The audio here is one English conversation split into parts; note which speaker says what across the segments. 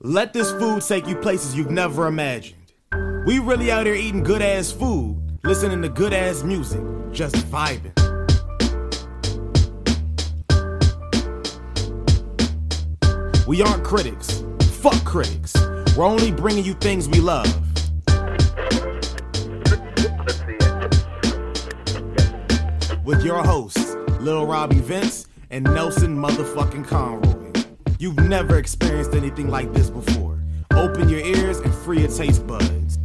Speaker 1: Let this food take you places you've never imagined. We really out here eating good ass food, listening to good ass music, just vibing. We aren't critics. Fuck critics. We're only bringing you things we love. With your hosts, Lil Robbie Vince and Nelson motherfucking Conroy. You've never experienced anything like this before. Open your ears and free your taste buds.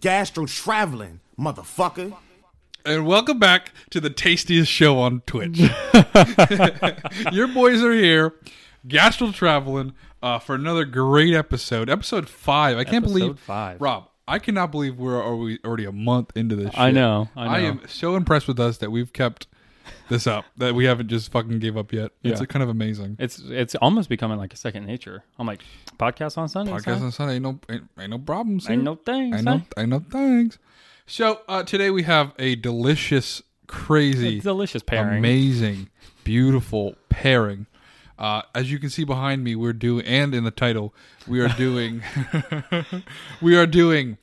Speaker 1: Gastro traveling, motherfucker.
Speaker 2: And welcome back to the tastiest show on Twitch. Your boys are here, gastro traveling uh, for another great episode, episode five. I can't
Speaker 3: Episode
Speaker 2: believe
Speaker 3: five.
Speaker 2: Rob. I cannot believe we're alre- already a month into this. Shit.
Speaker 3: I know, I know.
Speaker 2: am so impressed with us that we've kept this up. That we haven't just fucking gave up yet. It's
Speaker 3: Yeah.
Speaker 2: kind of amazing.
Speaker 3: It's it's almost becoming like a second nature. I'm like podcast on Sunday.
Speaker 2: Podcast on Sunday. Ain't no ain't, ain't no problems.
Speaker 3: Ain't
Speaker 2: here.
Speaker 3: no things,
Speaker 2: I know.
Speaker 3: huh?
Speaker 2: I know things. So uh, today we have a delicious, crazy,
Speaker 3: delicious pairing.
Speaker 2: amazing, beautiful pairing. Uh, as you can see behind me, we're doing, and in the title, we are doing, we are doing,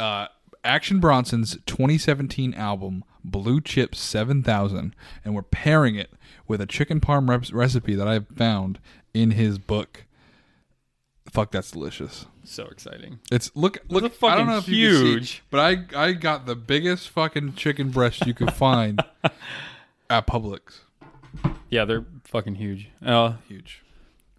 Speaker 2: uh, Action Bronson's 2017 album Blue Chip 7000, and we're pairing it with a chicken parm rep- recipe that I've found in his book. Fuck, that's delicious.
Speaker 3: So exciting.
Speaker 2: It's look look.
Speaker 3: are fucking
Speaker 2: I don't know if you can see,
Speaker 3: huge.
Speaker 2: but I I got the biggest fucking chicken breast you could find at Publix.
Speaker 3: Yeah, they're fucking huge. Uh,
Speaker 2: Huge.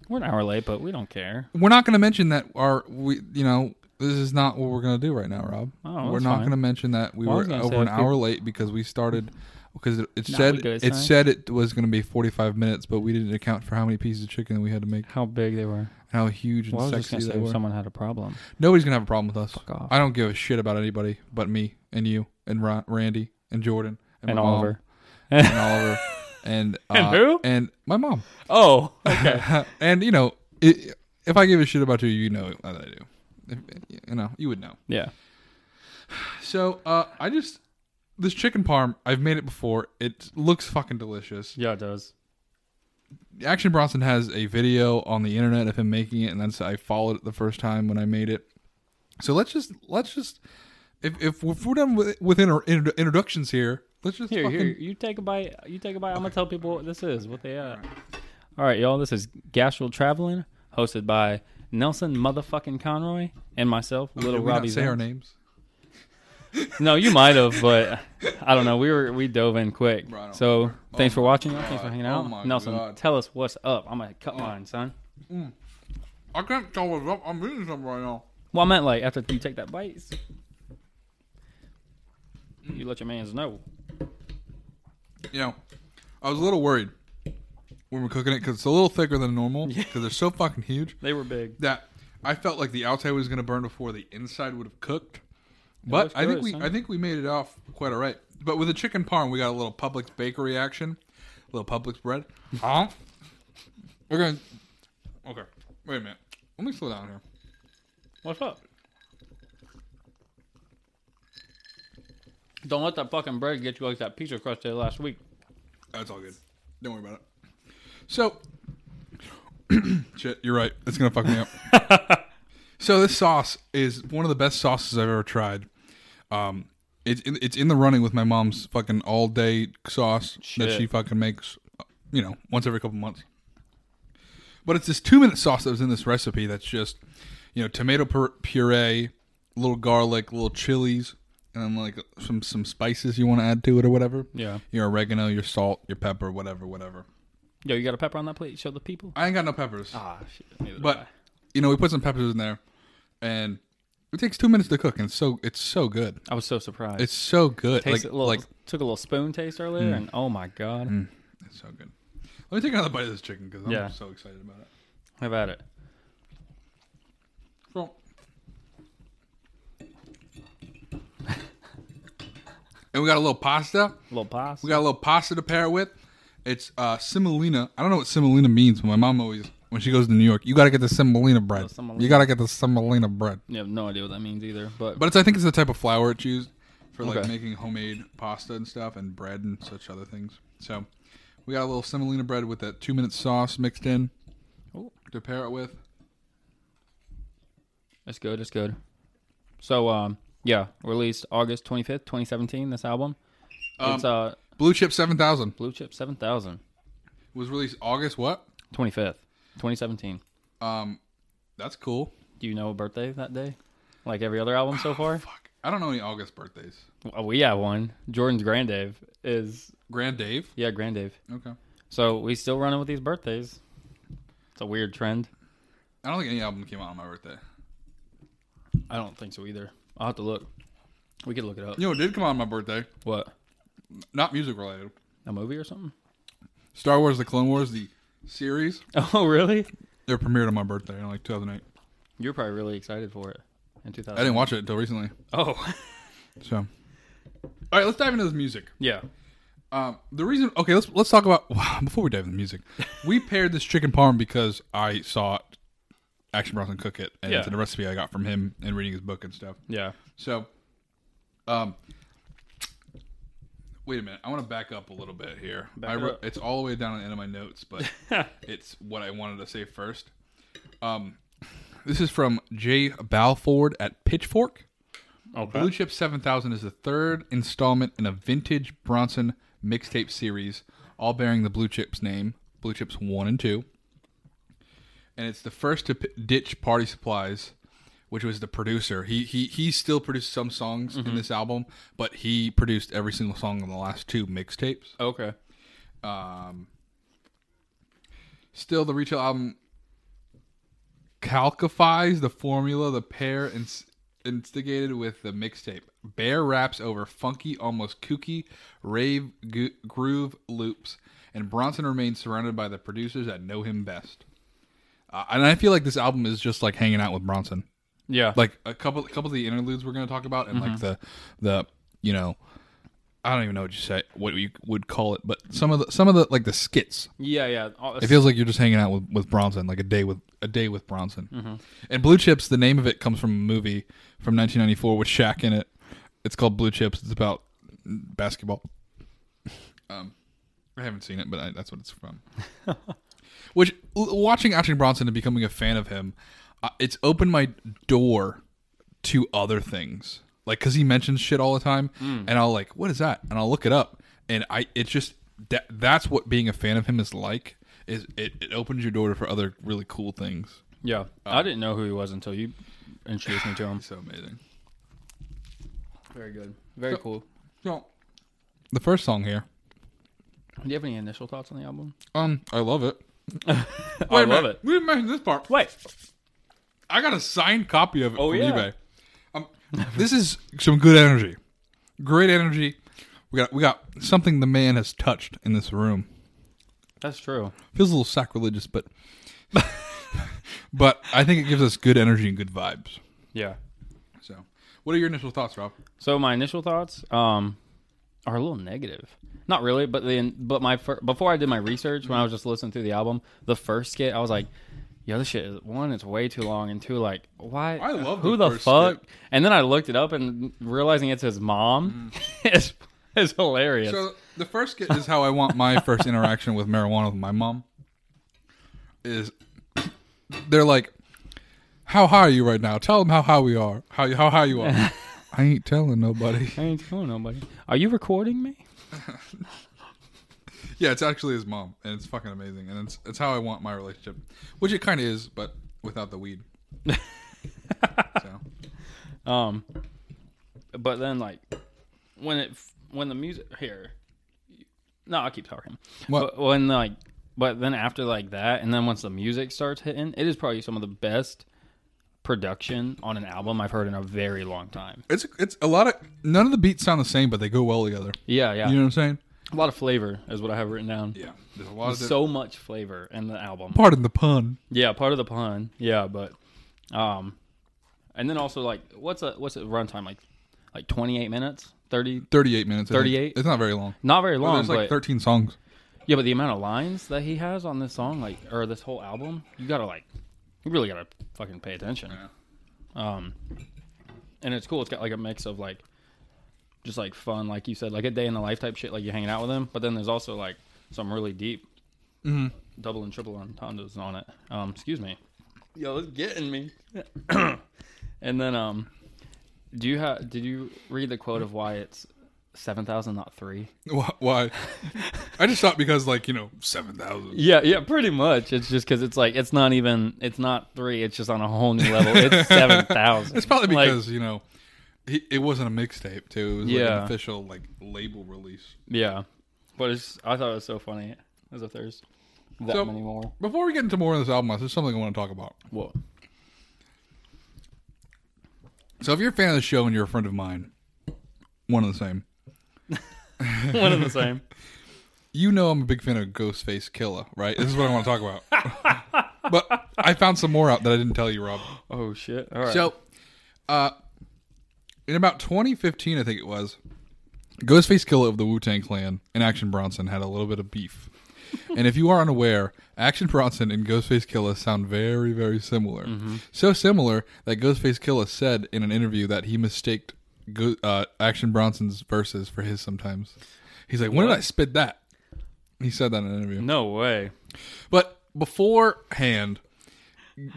Speaker 3: we're an hour late, but we don't care.
Speaker 2: We're not going to mention that our we you know this is not what we're going to do right now, Rob.
Speaker 3: Oh, that's
Speaker 2: we're not
Speaker 3: fine.
Speaker 2: going to mention that we
Speaker 3: Well, I
Speaker 2: were
Speaker 3: was gonna say
Speaker 2: over an
Speaker 3: if
Speaker 2: hour
Speaker 3: people-
Speaker 2: late because we started because it, it
Speaker 3: Nah,
Speaker 2: said
Speaker 3: we good, it's
Speaker 2: it
Speaker 3: fine.
Speaker 2: said it was going to be 45 minutes, but we didn't account for how many pieces of chicken we had to make,
Speaker 3: How big they were.
Speaker 2: how huge and
Speaker 3: Well, I was just
Speaker 2: sexy
Speaker 3: gonna
Speaker 2: they
Speaker 3: say if
Speaker 2: were.
Speaker 3: someone had a problem.
Speaker 2: Nobody's gonna have a problem with us.
Speaker 3: off.
Speaker 2: I don't give a shit about anybody but me and you and Ra- Randy and Jordan and,
Speaker 3: And
Speaker 2: my mom
Speaker 3: Oliver.
Speaker 2: and Oliver and uh,
Speaker 3: And who?
Speaker 2: and my mom.
Speaker 3: Oh, okay.
Speaker 2: and you know, i if I give a shit about you, you know that I do. If, you know, you would know.
Speaker 3: yeah.
Speaker 2: So uh, I just this chicken parm. I've made it before. It looks fucking delicious.
Speaker 3: Yeah, it does.
Speaker 2: Action Bronson has a video on the internet of him making it, and that's I followed it the first time when I made it. So let's just let's just if if, if we're done with with inter, inter- introductions here, let's just
Speaker 3: Here,
Speaker 2: fucking,
Speaker 3: here. You take a bite. You take a bite. I'm gonna tell people what this is, what they are. All right, y'all. This is Gastral Traveling, hosted by Nelson Motherfucking Conroy and myself, Little
Speaker 2: Did we not
Speaker 3: Robbie.
Speaker 2: say our
Speaker 3: Vance.
Speaker 2: names.
Speaker 3: No, you might have, but I don't know. We were we dove in quick.
Speaker 2: I don't
Speaker 3: so
Speaker 2: remember.
Speaker 3: thanks
Speaker 2: Oh
Speaker 3: for
Speaker 2: my
Speaker 3: watching. y'all. Thanks for
Speaker 2: God.
Speaker 3: hanging
Speaker 2: Oh
Speaker 3: out.
Speaker 2: my
Speaker 3: Nelson,
Speaker 2: God.
Speaker 3: tell us what's up. I'm gonna cut mine, son.
Speaker 2: I can't tell what's up. I'm eating something right now.
Speaker 3: Well, I meant like after you take that bite, s- you let your man's know.
Speaker 2: You know, I was a little worried when we're cooking it because it's a little thicker than normal because they're so fucking huge
Speaker 3: They were big.
Speaker 2: that I felt like the outside was going to burn before the inside would have cooked. But
Speaker 3: looks
Speaker 2: I think
Speaker 3: good,
Speaker 2: we
Speaker 3: son.
Speaker 2: I think we made it off quite all right. But with the chicken parm, we got a little Publix bakery action, a little Publix bread. Huh? We're going. to Okay, wait a minute. Let me slow down here.
Speaker 3: What's up? Don't let that fucking bread get you like that pizza crust did last week.
Speaker 2: That's all good. Don't worry about it. So, shit, you're right. It's gonna fuck me up. so this sauce is one of the best sauces I've ever tried. Um, it's in, it's in the running with my mom's fucking all day sauce that
Speaker 3: Shit.
Speaker 2: she fucking makes, you know, once every couple months. But it's this two minute sauce that was in this recipe that's just, you know, tomato pur- puree, little garlic, little chilies, and then like some some spices you want to add to it or whatever.
Speaker 3: Yeah.
Speaker 2: Your oregano, your salt, your pepper, whatever, whatever.
Speaker 3: Yo, you got a pepper on that plate? Show the people.
Speaker 2: I ain't got no peppers,
Speaker 3: Ah, shit. neither do I.
Speaker 2: but you know we put some peppers in there, and it takes two minutes to cook, and it's so it's so good.
Speaker 3: I was so surprised.
Speaker 2: It's so good.
Speaker 3: Taste
Speaker 2: like
Speaker 3: it a little,
Speaker 2: like Mm.
Speaker 3: took a little spoon taste earlier, and oh my god,
Speaker 2: it's so good. Let me take another bite of this chicken because I'm
Speaker 3: Yeah.
Speaker 2: so excited about it.
Speaker 3: have at it.
Speaker 2: Well, and we got a little pasta.
Speaker 3: little pasta.
Speaker 2: We got a little pasta to pair it with. It's uh, semolina. I don't know what semolina means, but my mom always, when she goes to New York, you got to get the semolina bread.
Speaker 3: Oh, semolina.
Speaker 2: You got to get the semolina bread.
Speaker 3: You have no idea what that means either, but,
Speaker 2: But it's, I think it's the type of flour it's used for like
Speaker 3: Okay.
Speaker 2: making homemade pasta and stuff and bread and such other things. So we got a little semolina
Speaker 3: Oh.
Speaker 2: bread with that two minute sauce mixed in
Speaker 3: Ooh.
Speaker 2: to pair it with.
Speaker 3: That's good. That's good. So, um, yeah, released August 25th, 2017, this album.
Speaker 2: Um,
Speaker 3: it's uh,
Speaker 2: Blue Chip 7000
Speaker 3: Blue Chip 7000,
Speaker 2: was released August what?
Speaker 3: 25th, 2017.
Speaker 2: Um, that's cool.
Speaker 3: Do you know a birthday that day? Like every other album so far?
Speaker 2: Oh, Fuck, I don't know any August birthdays.
Speaker 3: Well, we have one. Jordan's Grand Dave is,
Speaker 2: Grand Dave.
Speaker 3: yeah, Grand Dave.
Speaker 2: Okay.
Speaker 3: So we still running with these birthdays. It's a weird trend.
Speaker 2: I don't think any album came out on my birthday.
Speaker 3: I don't think so either. I'll have to look. We could look it up.
Speaker 2: You know, it did come out on my birthday.
Speaker 3: What?
Speaker 2: Not music related.
Speaker 3: A movie or something?
Speaker 2: Star Wars: The Clone Wars, the series.
Speaker 3: Oh, really?
Speaker 2: They premiered on my birthday in like 2008.
Speaker 3: You're probably really excited for it in 2000.
Speaker 2: I didn't watch it until recently.
Speaker 3: Oh,
Speaker 2: So, all right, let's dive into this music.
Speaker 3: yeah.
Speaker 2: Um, the reason, okay, let's let's talk about before we dive into the music. we paired this chicken parm because I saw Action Bronson cook it, and it's
Speaker 3: Yeah.
Speaker 2: a recipe I got from him and reading his book and stuff.
Speaker 3: Yeah.
Speaker 2: So, um, wait a minute. I want to back up a little bit here. I wrote,
Speaker 3: up.
Speaker 2: It's all the way down at the end of my notes, but it's what I wanted to say first. Um, this is from Jay Balford at Pitchfork.
Speaker 3: Okay.
Speaker 2: Blue Chip 7000 is the third installment in a vintage Bronson mixtape series, all bearing the Blue Chips name, Blue Chips 1 and 2. And it's the first to p- ditch Party Supplies, which was the producer. He he he still produced some songs in this album, but he produced every single song on the last two mixtapes.
Speaker 3: okay.
Speaker 2: Still, the retail album calcifies the formula the pair ins- instigated with the mixtape. Bear raps over funky, almost kooky, rave gu- groove loops, and Bronson remains surrounded by the producers that know him best. Uh, and I feel like this album is just like hanging out with Bronson.
Speaker 3: Yeah.
Speaker 2: Like a couple, a couple of the interludes we're going to talk about, and like the, the you know, I don't even know what you say, what you would call it, but some of the, some of the like the skits
Speaker 3: yeah, yeah. All-
Speaker 2: it feels like you're just hanging out with, with Bronson, like a day with a day with Bronson. And Blue Chips, the name of it comes from a movie from 1994 with Shaq in it. It's called Blue Chips. It's about basketball. Um, I haven't seen it, but I, that's what it's from. Which l- watching Action Bronson and becoming a fan of him, uh, it's opened my door to other things. Like because he mentions shit all the time,
Speaker 3: Hmm.
Speaker 2: and I'll like, what is that? And I'll look it up, and I it's just that that's what being a fan of him is like. Is it, it opens your door for other really cool things.
Speaker 3: yeah. I didn't know who he was until you introduced me to him.
Speaker 2: It's so amazing.
Speaker 3: Very good. Very
Speaker 2: So-
Speaker 3: cool.
Speaker 2: So the first song here,
Speaker 3: Do you have any initial thoughts on the album?
Speaker 2: um, I love it. Wait
Speaker 3: I
Speaker 2: a minute,
Speaker 3: love it.
Speaker 2: We didn't mention this part.
Speaker 3: Wait.
Speaker 2: I got a signed copy of it
Speaker 3: Oh,
Speaker 2: from
Speaker 3: yeah.
Speaker 2: eBay. Um, this is some good energy, great energy. We got we got something the man has touched in this room.
Speaker 3: That's true.
Speaker 2: Feels a little sacrilegious, but but I think it gives us good energy and good vibes.
Speaker 3: Yeah.
Speaker 2: So, what are your initial thoughts, Rob?
Speaker 3: So my initial thoughts um, are a little negative. Not really, but then but my fir- before I did my research when I was just listening through the album, the first skit I was like, "Yo, this shit is one, it's way too long, and two, like, why?
Speaker 2: I love
Speaker 3: who
Speaker 2: the
Speaker 3: the,
Speaker 2: first
Speaker 3: fuck."
Speaker 2: skit.
Speaker 3: And then I looked it up and realizing it's his mom is is hilarious.
Speaker 2: Mm. So the first skit is how I want my first interaction with marijuana with my mom. Is they're like, how high are you right now? Tell them how high we are. How how high you are. I ain't telling nobody.
Speaker 3: I ain't telling nobody. Are you recording me?
Speaker 2: Yeah, it's actually his mom, and it's fucking amazing, and it's it's how I want my relationship, which it kind of is, but without the weed. so
Speaker 3: Um, but then like when it when the music here, no, I'll keep talking.
Speaker 2: What?
Speaker 3: But when like, but then after like that, and then once the music starts hitting, it is probably some of the best production on an album I've heard in a very long time.
Speaker 2: it's it's a lot of none of the beats sound the same, but they go well together.
Speaker 3: Yeah, yeah,
Speaker 2: You know what I'm saying?
Speaker 3: a lot of flavor is what I have written down.
Speaker 2: Yeah, there's a lot of so
Speaker 3: So much flavor in the album.
Speaker 2: pardon the pun.
Speaker 3: Yeah, part of the pun. Yeah, but um, and then also like, what's a what's a runtime like? Like twenty eight minutes, thirty.
Speaker 2: Thirty-eight minutes. I think.
Speaker 3: 38?
Speaker 2: It's not very long.
Speaker 3: Not very long.
Speaker 2: there's like
Speaker 3: but,
Speaker 2: thirteen songs.
Speaker 3: Yeah, but the amount of lines that he has on this song, like or this whole album, you gotta like, you really gotta fucking pay attention. Um, and it's cool. It's got like a mix of like, just like fun, like you said, like a day in the life type shit. Like you're hanging out with him, but then there's also like some really deep, double and triple entendres on it. Um, excuse me. Yo, it's getting me. And then, um, do you have? Did you read the quote of why it's seven thousand, not three?
Speaker 2: Wh- Why? I just thought because like you know seven thousand.
Speaker 3: Yeah, yeah, pretty much. It's just because it's like it's not even. It's not three. It's just on a whole new level. It's seven thousand.
Speaker 2: It's probably because you know he, it wasn't a mixtape too. It was like an
Speaker 3: Yeah.
Speaker 2: official like label release.
Speaker 3: yeah, but it's. I thought it was so funny as if there's that
Speaker 2: So-
Speaker 3: many more.
Speaker 2: Before we get into more of this album, there's something I want to talk about.
Speaker 3: Whoa.
Speaker 2: So if you're a fan of the show and you're a friend of mine, one of the same.
Speaker 3: One and the same.
Speaker 2: You know I'm a big fan of Ghostface Killa, right? This is what I want to talk about. but I found some more out that I didn't tell you, Rob.
Speaker 3: Oh shit! All right.
Speaker 2: So, uh, in about 2015, I think it was, Ghostface Killer of the Wu Tang Clan and Action Bronson had a little bit of beef. and if you are unaware, Action Bronson and Ghostface Killer sound very, very similar.
Speaker 3: Mm-hmm.
Speaker 2: So similar that Ghostface Killer said in an interview that he mistaked Go- uh, Action Bronson's verses for his sometimes. He's like, when did I spit that? He said that in an interview.
Speaker 3: no way.
Speaker 2: But beforehand,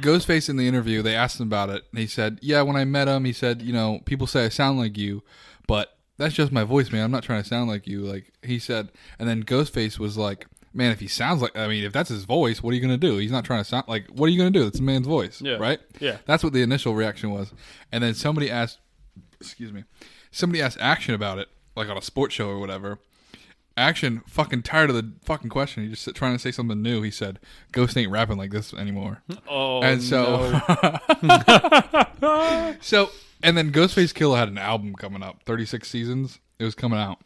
Speaker 2: Ghostface in the interview, they asked him about it, and he said, "Yeah, when I met him, he said, you know, people say I sound like you, but that's just my voice, man. I'm not trying to sound like you." Like he said, and then Ghostface was like, "Man, if he sounds like, I mean, if that's his voice, what are you gonna do? He's not trying to sound like. What are you gonna do? It's a man's voice,
Speaker 3: Yeah.
Speaker 2: right?
Speaker 3: Yeah.
Speaker 2: That's what the initial reaction was, and then somebody asked, excuse me, somebody asked Action about it, like on a sports show or whatever." Action fucking tired of the fucking question. He just s- trying to say something new. He said, "Ghost ain't rapping like this anymore."
Speaker 3: Oh.
Speaker 2: and so, so, and then Ghostface Killer had an album coming up, 36 seasons. It was coming out,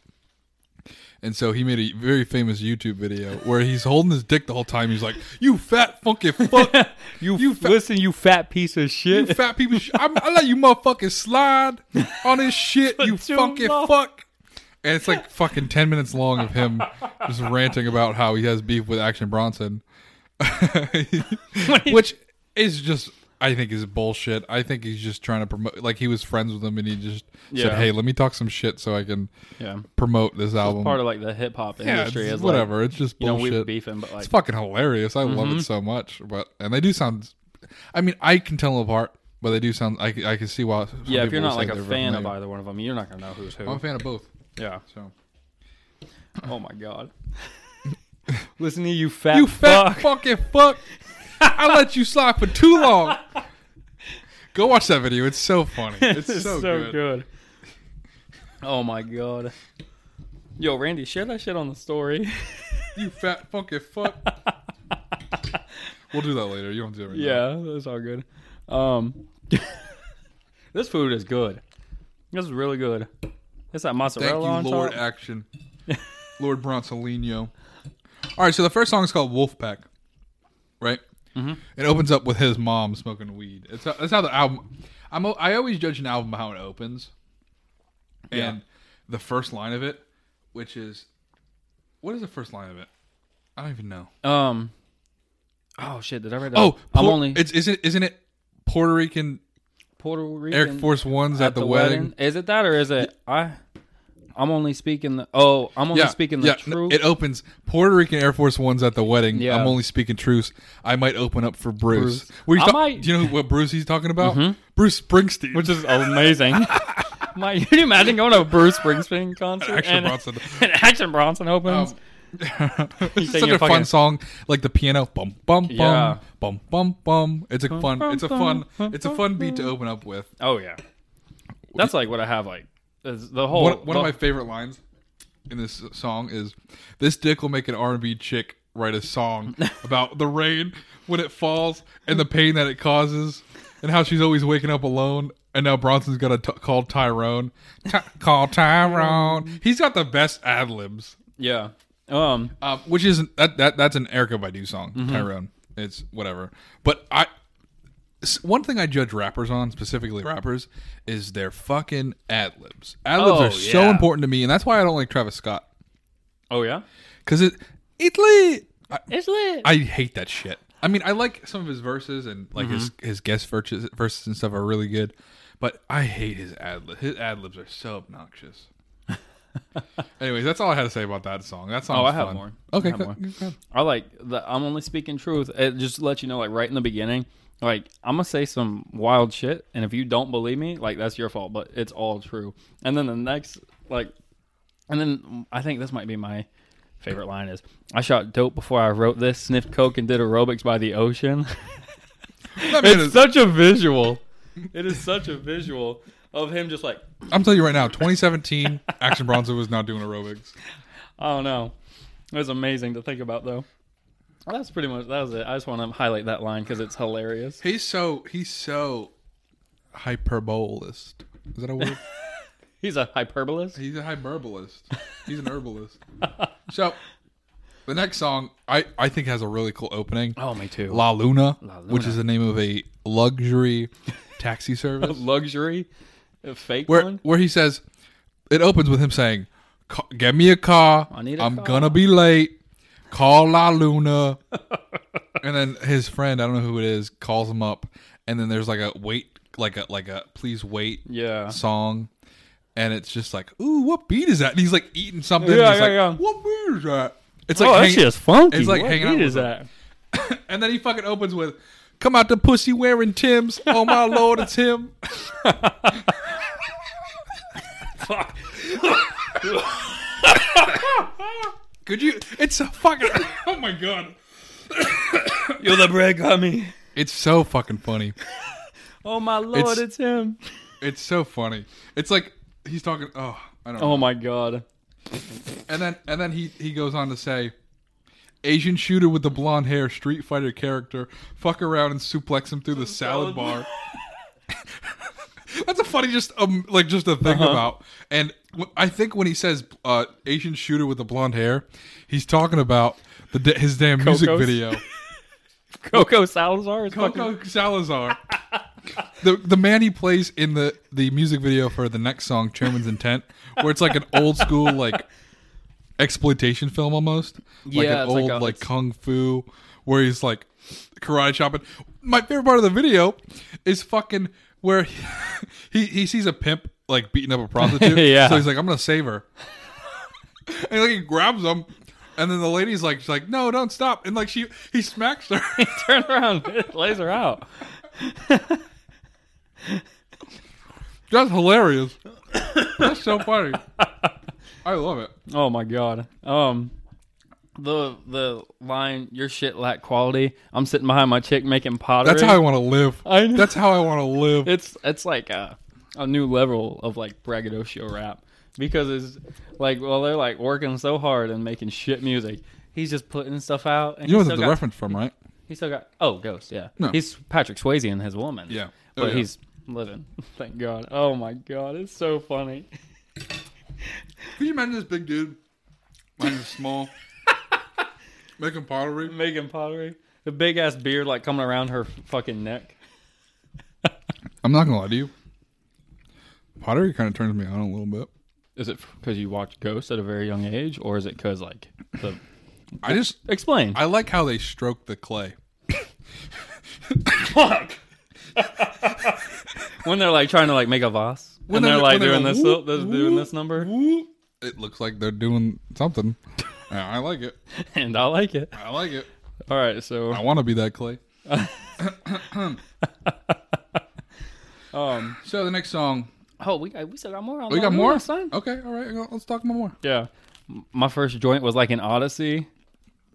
Speaker 2: and so he made a very famous YouTube video where he's holding his dick the whole time. He's like, "You fat funky fuck,
Speaker 3: you,
Speaker 2: you fa-
Speaker 3: listen, you fat piece of
Speaker 2: you
Speaker 3: shit.
Speaker 2: fat people, sh- I'm, I let you motherfucking slide on this shit, you
Speaker 3: too
Speaker 2: funky
Speaker 3: long."
Speaker 2: fuck." And it's like fucking 10 minutes long of him just ranting about how he has beef with Action Bronson. which is just I think is bullshit. I think he's just trying to promote. Like he was friends with him, and he just said,
Speaker 3: Yeah.
Speaker 2: "Hey, let me talk some shit so I can
Speaker 3: yeah.
Speaker 2: promote this album."
Speaker 3: Part of like the hip hop
Speaker 2: yeah,
Speaker 3: industry
Speaker 2: it's-
Speaker 3: is
Speaker 2: whatever.
Speaker 3: Like,
Speaker 2: it's just
Speaker 3: you know,
Speaker 2: bullshit.
Speaker 3: we were beefing, but like, Mm-hmm.
Speaker 2: it's fucking hilarious. I love it so much. But and they do sound. I mean, I can tell them apart, but they do sound. I, c- I can see why. some
Speaker 3: yeah, if
Speaker 2: people
Speaker 3: you're
Speaker 2: would
Speaker 3: not
Speaker 2: say
Speaker 3: like a
Speaker 2: they're
Speaker 3: fan of
Speaker 2: familiar.
Speaker 3: either one of them, you're not gonna know who's who.
Speaker 2: I'm a fan of both.
Speaker 3: yeah.
Speaker 2: So
Speaker 3: Oh my god. listen to you fat.
Speaker 2: you fat
Speaker 3: fuck.
Speaker 2: fucking fuck. I let you slide for too long. Go watch that video. It's so funny. It's,
Speaker 3: This is
Speaker 2: so, good.
Speaker 3: Oh my god. Yo, Randy, share that shit on the story.
Speaker 2: You fat funky fuck. we'll do that later. You don't do it right now.
Speaker 3: yeah, that's all good. Um, this food is good. This is really good. It's that mozzarella
Speaker 2: Thank
Speaker 3: on
Speaker 2: you, Lord
Speaker 3: top.
Speaker 2: Action. Lord Bronsolino. All right, so the first song is called Wolfpack, right? Mm-hmm. It opens up with his mom smoking weed. It's that's how the album. I'm o- I always judge an album by how it opens, and the first line of it, which is, what is the first line of it? I don't even know.
Speaker 3: Um. Oh shit! Did I read that?
Speaker 2: Oh,
Speaker 3: I'm
Speaker 2: Por-
Speaker 3: only
Speaker 2: It's isn't isn't it Puerto Rican
Speaker 3: Puerto Rican.
Speaker 2: Air Force Ones at, the, wedding?
Speaker 3: Is it that or is it I? I'm only speaking the. Oh, I'm only speaking the
Speaker 2: yeah.
Speaker 3: truth.
Speaker 2: It opens Puerto Rican Air Force Ones at the wedding.
Speaker 3: Yeah.
Speaker 2: I'm only speaking truth. I might open up for Bruce.
Speaker 3: Bruce.
Speaker 2: Were you
Speaker 3: I
Speaker 2: ta-
Speaker 3: might- Mm-hmm.
Speaker 2: Do you know what Bruce he's talking about? Bruce Springsteen.
Speaker 3: which is amazing. My, can you imagine going to a Bruce Springsteen concert?
Speaker 2: Action
Speaker 3: and,
Speaker 2: Bronson.
Speaker 3: And Action Bronson opens.
Speaker 2: Um,
Speaker 3: He's
Speaker 2: it's such a fun song, like the piano, bum bum bum,
Speaker 3: Yeah.
Speaker 2: bum bum bum. It's a fun,
Speaker 3: bum,
Speaker 2: it's a
Speaker 3: bum,
Speaker 2: fun,
Speaker 3: bum,
Speaker 2: it's a fun beat to open up with.
Speaker 3: Oh yeah, that's like what I have. Like is the whole.
Speaker 2: One, one
Speaker 3: the-
Speaker 2: of my favorite lines in this song is, "This dick will make an R&B chick write a song about the rain when it falls and the pain that it causes, and how she's always waking up alone." And now Bronson's got to t- call Tyrone. Ty- call Tyrone. He's got the best ad libs,
Speaker 3: yeah. Um.
Speaker 2: um, which is that, that that's an Erica Baidu song.
Speaker 3: Mm-hmm.
Speaker 2: Tyrone. It's whatever. But I. s- One thing I judge rappers on, specifically rappers, is their fucking ad libs. Ad libs
Speaker 3: Oh,
Speaker 2: are so
Speaker 3: yeah.
Speaker 2: important to me, and that's why I don't like Travis Scott.
Speaker 3: Oh yeah.
Speaker 2: Cause it it lit. I,
Speaker 3: It's lit.
Speaker 2: I hate that shit. I mean, I like some of his verses and like his
Speaker 3: Mm-hmm.
Speaker 2: his guest verses verses and stuff are really good, but I hate his ad lib. His ad libs are so obnoxious. Anyways, that's all I had to say about that song. That song.
Speaker 3: Oh, I
Speaker 2: was
Speaker 3: have
Speaker 2: fun.
Speaker 3: more. I
Speaker 2: Okay,
Speaker 3: have
Speaker 2: go-
Speaker 3: more.
Speaker 2: go ahead.
Speaker 3: Uh, I like the I'm only speaking truth. It just to let you know, like right in the beginning, Like I'm gonna say some wild shit, and if you don't believe me, like that's your fault. But it's all true. And then the next, like, and then I think this might be my favorite line is I shot dope before I wrote this, sniffed coke, and did aerobics by the ocean.
Speaker 2: That man
Speaker 3: it's
Speaker 2: is,
Speaker 3: such a visual. It is such a visual of him just like
Speaker 2: I'm telling you right now, 2017, Action Bronson was not doing aerobics.
Speaker 3: I don't know. It was amazing to think about though. That's pretty much that was it. I just want to highlight that line because it's hilarious.
Speaker 2: He's so he's so hyperbolist. Is that a word?
Speaker 3: He's a hyperbolist.
Speaker 2: He's a hyperbolist. He's an herbalist. So the next song I, I think has a really cool opening.
Speaker 3: Oh, me too.
Speaker 2: La Luna,
Speaker 3: Luna.
Speaker 2: which is the name of a luxury taxi service.
Speaker 3: Luxury, a fake
Speaker 2: where
Speaker 3: one.
Speaker 2: where he says it opens with him saying, "Ca- "Get me a car.
Speaker 3: I need a
Speaker 2: I'm
Speaker 3: car."
Speaker 2: gonna be late. Call La Luna." and then his friend, I don't know who it is, calls him up, and then there's like a wait, like a like a please wait
Speaker 3: Yeah.
Speaker 2: song, and it's just like, "Ooh, what beat is that?" And he's like eating something. and
Speaker 3: Yeah,
Speaker 2: he's
Speaker 3: yeah,
Speaker 2: like,
Speaker 3: yeah.
Speaker 2: What beat is that? It's
Speaker 3: Oh,
Speaker 2: like
Speaker 3: that
Speaker 2: hang-
Speaker 3: shit is funky.
Speaker 2: It's like
Speaker 3: What
Speaker 2: hanging out
Speaker 3: beat
Speaker 2: with
Speaker 3: is
Speaker 2: him.
Speaker 3: that?
Speaker 2: and then he fucking opens with, "Come out the pussy wearing Tim's. Oh my lord, it's him."
Speaker 3: Fuck.
Speaker 2: Could you? It's a fucking. Oh my god.
Speaker 3: You're the bread me.
Speaker 2: It's so fucking funny.
Speaker 3: Oh my lord,
Speaker 2: It's-
Speaker 3: it's, him.
Speaker 2: It's so funny. It's like he's talking. Oh, I don't.
Speaker 3: Oh
Speaker 2: know.
Speaker 3: my god.
Speaker 2: And then and then he he goes on to say, Asian shooter with the blonde hair, Street Fighter character, fuck around and suplex him through the salad bar. That's a funny just um like just to think about. And w- I think when he says uh, Asian shooter with the blonde hair, he's talking about the da- his damn music
Speaker 3: Coco's.
Speaker 2: video.
Speaker 3: Coco Salazar is fucking.
Speaker 2: Coco Salazar. The, the man he plays in the, the music video for the next song, Chairman's Intent, where it's like an old school like exploitation film almost. Like
Speaker 3: Yeah,
Speaker 2: an
Speaker 3: it's
Speaker 2: old
Speaker 3: like
Speaker 2: like,
Speaker 3: a- it's-
Speaker 2: kung fu where he's like karate chopping. My favorite part of the video is fucking where he he, he sees a pimp like beating up a prostitute.
Speaker 3: Yeah.
Speaker 2: So he's like, I'm gonna save her. and like he grabs him and then the lady's like she's like, No, don't stop and like she he smacks her.
Speaker 3: Turn around, it lays her out.
Speaker 2: That's hilarious. That's so funny. I love it.
Speaker 3: Oh my god. Um the the line your shit lack quality. I'm sitting behind my chick making pottery.
Speaker 2: That's how I want to live.
Speaker 3: I know.
Speaker 2: That's how I want to live.
Speaker 3: it's it's like a, a new level of like braggadocio rap because it's like well they're like working so hard and making shit music. He's just putting stuff out and
Speaker 2: you know
Speaker 3: he's
Speaker 2: where
Speaker 3: still
Speaker 2: the
Speaker 3: got,
Speaker 2: reference from, right?
Speaker 3: he's still got oh ghost, yeah.
Speaker 2: No.
Speaker 3: He's Patrick Swayze and his woman.
Speaker 2: Yeah. Oh,
Speaker 3: But
Speaker 2: yeah.
Speaker 3: he's living. Thank God. Oh my god, it's so funny.
Speaker 2: Could you imagine this big dude? Mine is small. making pottery.
Speaker 3: Making pottery. The big ass beard like coming around her fucking neck.
Speaker 2: I'm not going to lie to you. Pottery kind of turns me on a little bit.
Speaker 3: Is it because you watched Ghost at a very young age, or is it because like the
Speaker 2: I just,
Speaker 3: explain?
Speaker 2: I like how they stroke the clay.
Speaker 3: Fuck. when they're like trying to like make a vase, when
Speaker 2: they're-
Speaker 3: they're, like
Speaker 2: when they
Speaker 3: doing
Speaker 2: go,
Speaker 3: this,
Speaker 2: whoop,
Speaker 3: this doing
Speaker 2: whoop,
Speaker 3: this number,
Speaker 2: Whoop. It looks like they're doing something. And I like it.
Speaker 3: and I like it.
Speaker 2: I like it.
Speaker 3: All right, so
Speaker 2: I want to be that clay.
Speaker 3: um,
Speaker 2: So the next song. Oh,
Speaker 3: oh, we got we still got more. On
Speaker 2: We got
Speaker 3: that
Speaker 2: more?
Speaker 3: last time.
Speaker 2: Okay, all right. Let's talk about more.
Speaker 3: Yeah, M- my first joint was like an Odyssey.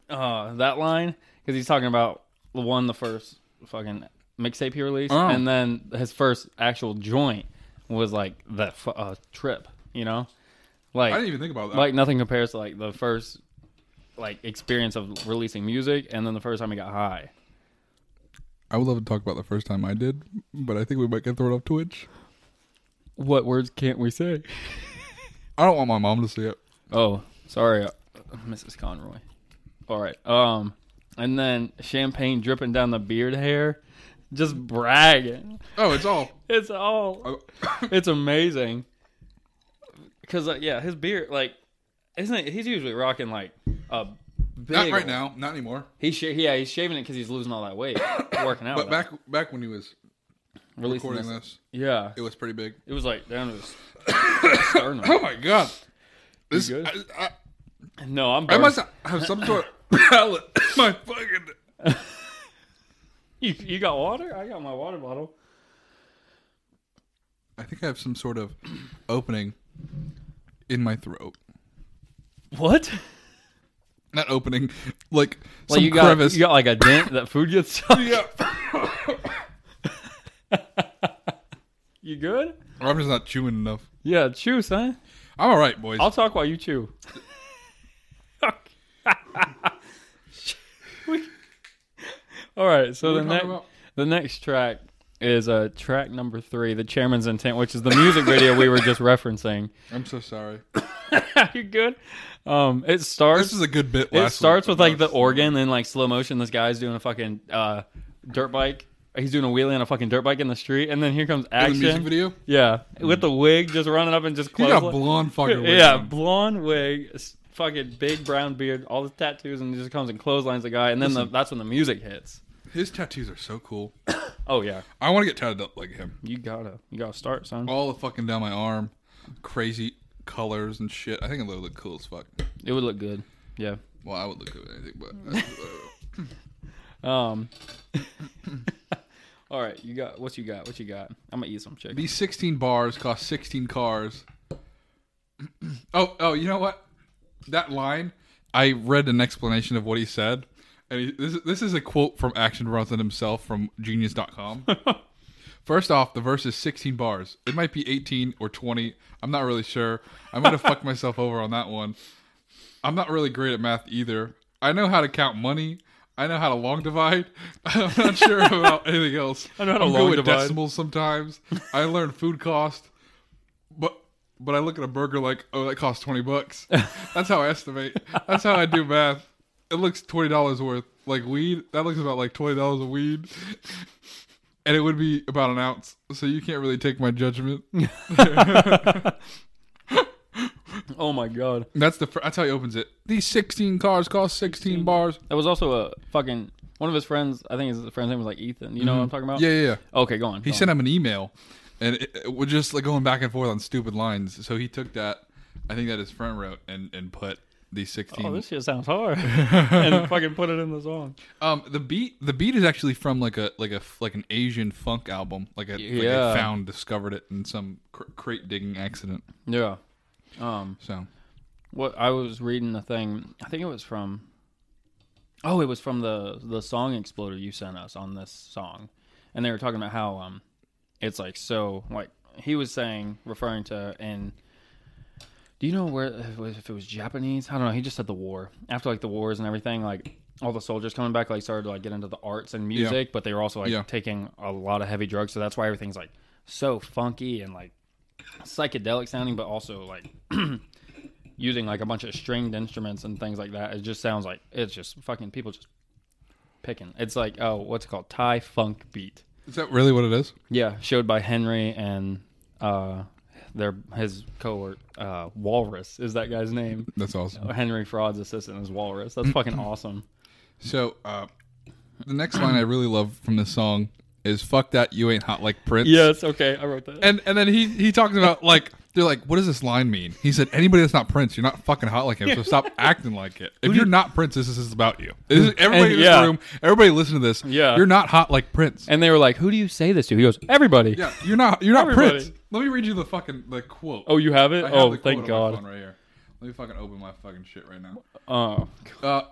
Speaker 3: Uh, that line because he's talking about the one the first fucking mixtape he released,
Speaker 2: Oh.
Speaker 3: and then his first actual joint was like that fu- uh, trip. You know, like
Speaker 2: I didn't even think about that.
Speaker 3: like nothing compares to like the first like experience of releasing music and then the first time I got high.
Speaker 2: I would love to talk about the first time I did, but I think we might get thrown off Twitch.
Speaker 3: What words can't we say?
Speaker 2: I don't want my mom to see it.
Speaker 3: Oh, sorry, uh, Mrs. Conroy. All right. Um, and then champagne dripping down the beard hair, just bragging.
Speaker 2: Oh, it's all. oh,
Speaker 3: It's all. It's amazing. Cause uh, yeah, his beard like, isn't it? He's usually rocking like a big.
Speaker 2: Not right now, not anymore.
Speaker 3: He's sh- yeah, he's shaving it because he's losing all that weight, working out.
Speaker 2: But back back when he was
Speaker 3: releasing
Speaker 2: recording
Speaker 3: this-
Speaker 2: this,
Speaker 3: Yeah,
Speaker 2: it was pretty big.
Speaker 3: It was like down to his sternum.
Speaker 2: Oh my god! This
Speaker 3: good?
Speaker 2: I, I,
Speaker 3: No, I'm.
Speaker 2: I
Speaker 3: burnt.
Speaker 2: must have some sort of palate. in my fucking.
Speaker 3: You, you got water? I got my water bottle.
Speaker 2: I think I have some sort of opening in my throat.
Speaker 3: What?
Speaker 2: Not opening, like
Speaker 3: Like
Speaker 2: some
Speaker 3: you got
Speaker 2: crevice.
Speaker 3: you got like a dent that food gets stuck.
Speaker 2: yeah.
Speaker 3: You good?
Speaker 2: Robert's not chewing enough.
Speaker 3: Yeah, chew, son.
Speaker 2: I'm all right, boys.
Speaker 3: I'll talk while you chew. We- All right, so the
Speaker 2: What are we
Speaker 3: next
Speaker 2: talking about?
Speaker 3: the next track is uh, track number three, "The Chairman's Intent," which is the music video we were just referencing.
Speaker 2: I'm so sorry.
Speaker 3: you good? Um, it starts.
Speaker 2: This is a good bit.
Speaker 3: It
Speaker 2: last
Speaker 3: starts
Speaker 2: week,
Speaker 3: with
Speaker 2: but
Speaker 3: like the
Speaker 2: that's-
Speaker 3: organ, then like slow motion. This guy's doing a fucking uh, dirt bike. He's doing a wheelie on a fucking dirt bike in the street, and then here comes
Speaker 2: in
Speaker 3: action.
Speaker 2: the music video.
Speaker 3: Yeah, with the wig, just running up and just
Speaker 2: You
Speaker 3: close.
Speaker 2: got a blonde fucking. wig
Speaker 3: yeah,
Speaker 2: on.
Speaker 3: blonde wig, s- fucking big brown beard, all the tattoos, and he just comes and clotheslines the guy, and then the, that's when the music hits.
Speaker 2: His tattoos are so cool.
Speaker 3: Oh yeah,
Speaker 2: I want to get tatted up like him.
Speaker 3: you gotta, you gotta start, son.
Speaker 2: All the fucking down my arm, crazy colors and shit. I think it would look cool as fuck.
Speaker 3: It would look good. Yeah.
Speaker 2: Well, I would look good with anything, but uh,
Speaker 3: Um. all right, you got what you got. What you got? I'm gonna eat some chicken.
Speaker 2: these 16 bars cost 16 cars. Oh, oh, you know what? That line, I read an explanation of what he said, and he, this this is a quote from Action Bronson himself from Genius.com. First off, the verse is 16 bars. It might be 18 or 20. I'm not really sure. I might have fucked myself over on that one. I'm not really great at math either. I know how to count money. I know how to long divide. I'm not sure about anything else. I
Speaker 3: know how to
Speaker 2: am
Speaker 3: long
Speaker 2: good with
Speaker 3: divide.
Speaker 2: decimals sometimes. I learn food cost, but but I look at a burger like, oh, that costs 20 bucks. That's how I estimate. That's how I do math. It looks $20 worth. Like weed, that looks about like $20 of weed. And it would be about an ounce. So you can't really take my judgment.
Speaker 3: Oh my god.
Speaker 2: That's the fir- that's how he opens it. These 16 cars cost 16 bars.
Speaker 3: There was also a fucking one of his friends. I think his friend's name was like Ethan. You know what I'm talking about?
Speaker 2: Mm-hmm. Yeah, yeah, yeah.
Speaker 3: Okay, go on.
Speaker 2: He sent him an email, and it, it, we're just like going back and forth on stupid lines. So he took that, I think that his friend wrote, and and put these sixteen.
Speaker 3: "Oh, this shit sounds hard," and fucking put it in the song.
Speaker 2: um, the beat the beat is actually from like a like a like an Asian funk album. Like a like
Speaker 3: Yeah.
Speaker 2: they found discovered it in some cr- crate digging accident.
Speaker 3: Yeah. Um.
Speaker 2: So
Speaker 3: What I was reading the thing. I think it was from. Oh, it was from the the song exploder you sent us on this song, and they were talking about how um, it's like so like he was saying referring to and. Do you know where if it was- if it was Japanese? I don't know. He just said the war after like the wars and everything. Like all the soldiers coming back, like started to like get into the arts and music, but they were also like
Speaker 2: Yeah.
Speaker 3: taking a lot of heavy drugs. So that's why everything's like so funky and like psychedelic sounding, but also like using like a bunch of stringed instruments and things like that. It just sounds like it's just fucking people just picking. It's like oh, what's it called Thai funk beat.
Speaker 2: is that really what it is?
Speaker 3: Yeah, showed by Henry and uh, their his cohort uh, Walrus is that guy's name.
Speaker 2: That's awesome.
Speaker 3: Henry Fraud's assistant is Walrus. That's fucking awesome.
Speaker 2: So uh, the next line I really love from this song is "Fuck that, you ain't hot like Prince."
Speaker 3: Yes, okay, I wrote that.
Speaker 2: and and then he he talks about like they're like, what does this line mean? He said, anybody that's not Prince, you're not fucking hot like him. So stop acting like it. If you're not Prince, this is about you. This is, everybody in this
Speaker 3: yeah.
Speaker 2: room, everybody listen to this.
Speaker 3: Yeah.
Speaker 2: you're not hot like Prince.
Speaker 3: And they were like, "Who do you say this to?" He goes, "Everybody."
Speaker 2: yeah, you're not. You're not
Speaker 3: Everybody.
Speaker 2: Prince. Let me read you the fucking the quote.
Speaker 3: Oh, you have it?
Speaker 2: I have
Speaker 3: oh,
Speaker 2: the quote
Speaker 3: thank
Speaker 2: on my
Speaker 3: God.
Speaker 2: phone right here. Let me fucking open my fucking shit right now.
Speaker 3: Oh,
Speaker 2: Uh,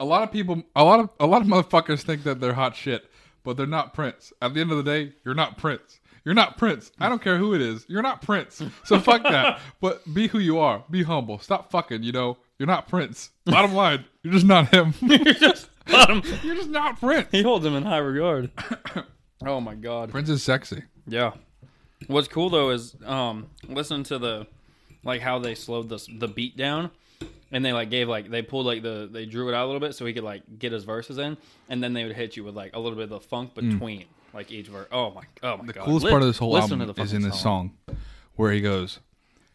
Speaker 2: a lot of people, a lot of a lot of motherfuckers think that they're hot shit, but they're not Prince. At the end of the day, you're not Prince. You're not Prince. I don't care who it is. You're not Prince. So fuck that. But be who you are. Be humble. Stop fucking. You know, you're not Prince. Bottom line, you're just not him.
Speaker 3: you just got him.
Speaker 2: you're just not Prince.
Speaker 3: He holds him in high regard. oh my God.
Speaker 2: Prince is sexy.
Speaker 3: Yeah. What's cool though is um listen to the like how they slowed the the beat down and they like gave like they pulled like the they drew it out a little bit so he could like get his verses in and then they would hit you with like a little bit of the funk between like each verse. Oh my oh my
Speaker 2: Mm. The
Speaker 3: god.
Speaker 2: coolest
Speaker 3: Li-
Speaker 2: part of this whole
Speaker 3: listen
Speaker 2: album
Speaker 3: to the
Speaker 2: is in
Speaker 3: fucking
Speaker 2: this song. where he goes,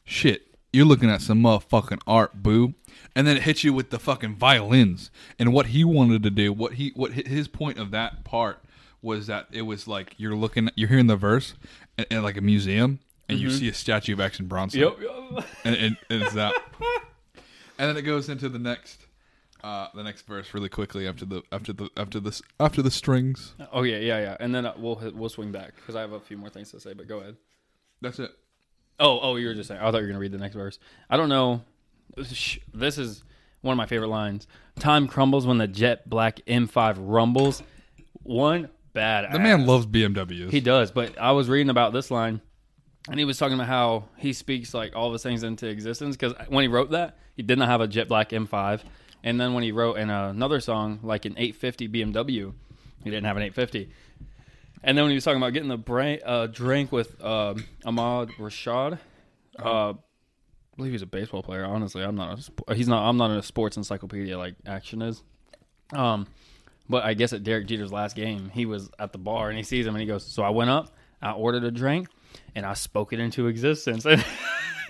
Speaker 2: "Shit, you're looking at some motherfucking art, boo," and then it hits you with the fucking violins and what he wanted to do. What he what hi- his point of that part was that it was like you're looking, you're hearing the verse at, at like a museum and you see a statue of Action Bronson.
Speaker 3: Mm-hmm. Yep.
Speaker 2: and, and, and it's that. and then it goes into the next. Uh, the next verse, really quickly after the after the after this after the strings.
Speaker 3: Oh yeah, yeah, yeah. And then uh, we'll hit- we'll swing back because I have a few more things to say. But go ahead.
Speaker 2: That's it.
Speaker 3: Oh, oh, you were just saying. I thought you were gonna read the next verse. I don't know. Sh- This is one of my favorite lines. Time crumbles when the jet black M5 rumbles. One bad.
Speaker 2: The man loves BMWs.
Speaker 3: He does, but I was reading about this line, and he was talking about how he speaks like all the things into existence. Because when he wrote that, he did not have a jet black M5, and then when he wrote in another song like an 850 BMW, he didn't have an 850. And then when he was talking about getting the bra- uh, drink with uh, Ahmad Rashad, uh, I believe he's a baseball player. Honestly, I'm not. A, sp- he's not. I'm not a sports encyclopedia like Action is. Um, but I guess at Derek Jeter's last game, he was at the bar and he sees him and he goes, "So I went up, I ordered a drink, and I spoke it into existence." And